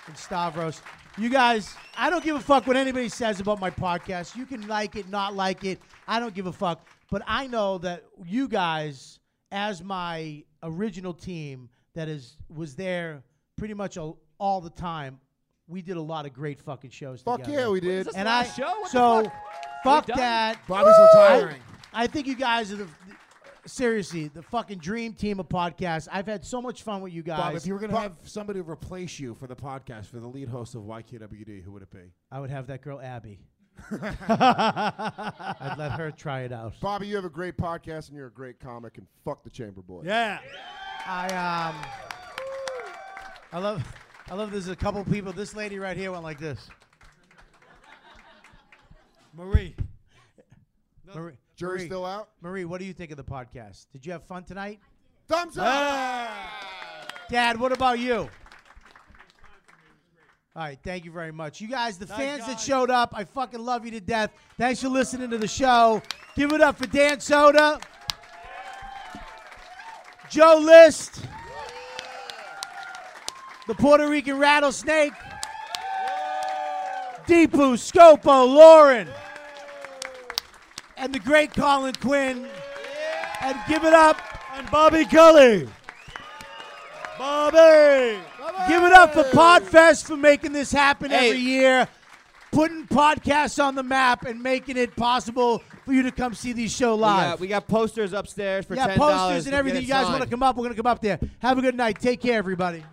Speaker 5: and Stavros. You guys, I don't give a fuck what anybody says about my podcast. You can like it, not like it. I don't give a fuck. But I know that you guys, as my original team that is was there pretty much all, all the time, we did a lot of great fucking shows.
Speaker 8: Fuck
Speaker 5: together.
Speaker 8: yeah, we did. Is this
Speaker 5: and
Speaker 8: the
Speaker 5: I
Speaker 8: last show? What the
Speaker 5: so
Speaker 8: fuck?
Speaker 5: fuck
Speaker 8: We're done?
Speaker 5: that.
Speaker 8: Bobby's
Speaker 5: I-
Speaker 8: retiring.
Speaker 5: I think you guys are the seriously the fucking dream team of podcasts. I've had so much fun with you guys.
Speaker 7: Bob, if you were going to
Speaker 5: Fuck-
Speaker 7: have somebody replace you for the podcast, for the lead host of YKWD, who would it be?
Speaker 5: I would have that girl Abby. I'd let her try it out.
Speaker 8: Bobby, you have a great podcast and you're a great comic and fuck the Chamber Boy.
Speaker 5: Yeah. I um I love I love there's a couple people. This lady right here went like this. Marie. Marie
Speaker 8: Jury's
Speaker 5: Marie,
Speaker 8: still out?
Speaker 5: Marie, what do you think of the podcast? Did you have fun tonight?
Speaker 8: Thumbs up.
Speaker 5: Dad, what about you? All right, thank you very much. You guys, the fans that showed up, I fucking love you to death. Thanks for listening to the show. Give it up for Dan Soda, Joe List, the Puerto Rican Rattlesnake, Deepu, Scopo, Lauren, and the great Colin Quinn. And give it up on Bobby Cully. Bobby! Give it up for Podfest for making this happen every year, putting podcasts on the map and making it possible for you to come see these show
Speaker 21: We got,
Speaker 5: live.
Speaker 21: we got posters upstairs for
Speaker 5: yeah,
Speaker 21: $10.
Speaker 5: posters
Speaker 21: to
Speaker 5: and
Speaker 21: get
Speaker 5: everything.
Speaker 21: it
Speaker 5: You guys want to
Speaker 21: signed.
Speaker 5: come up? We're going to come up there. Have a good night. Take care, everybody.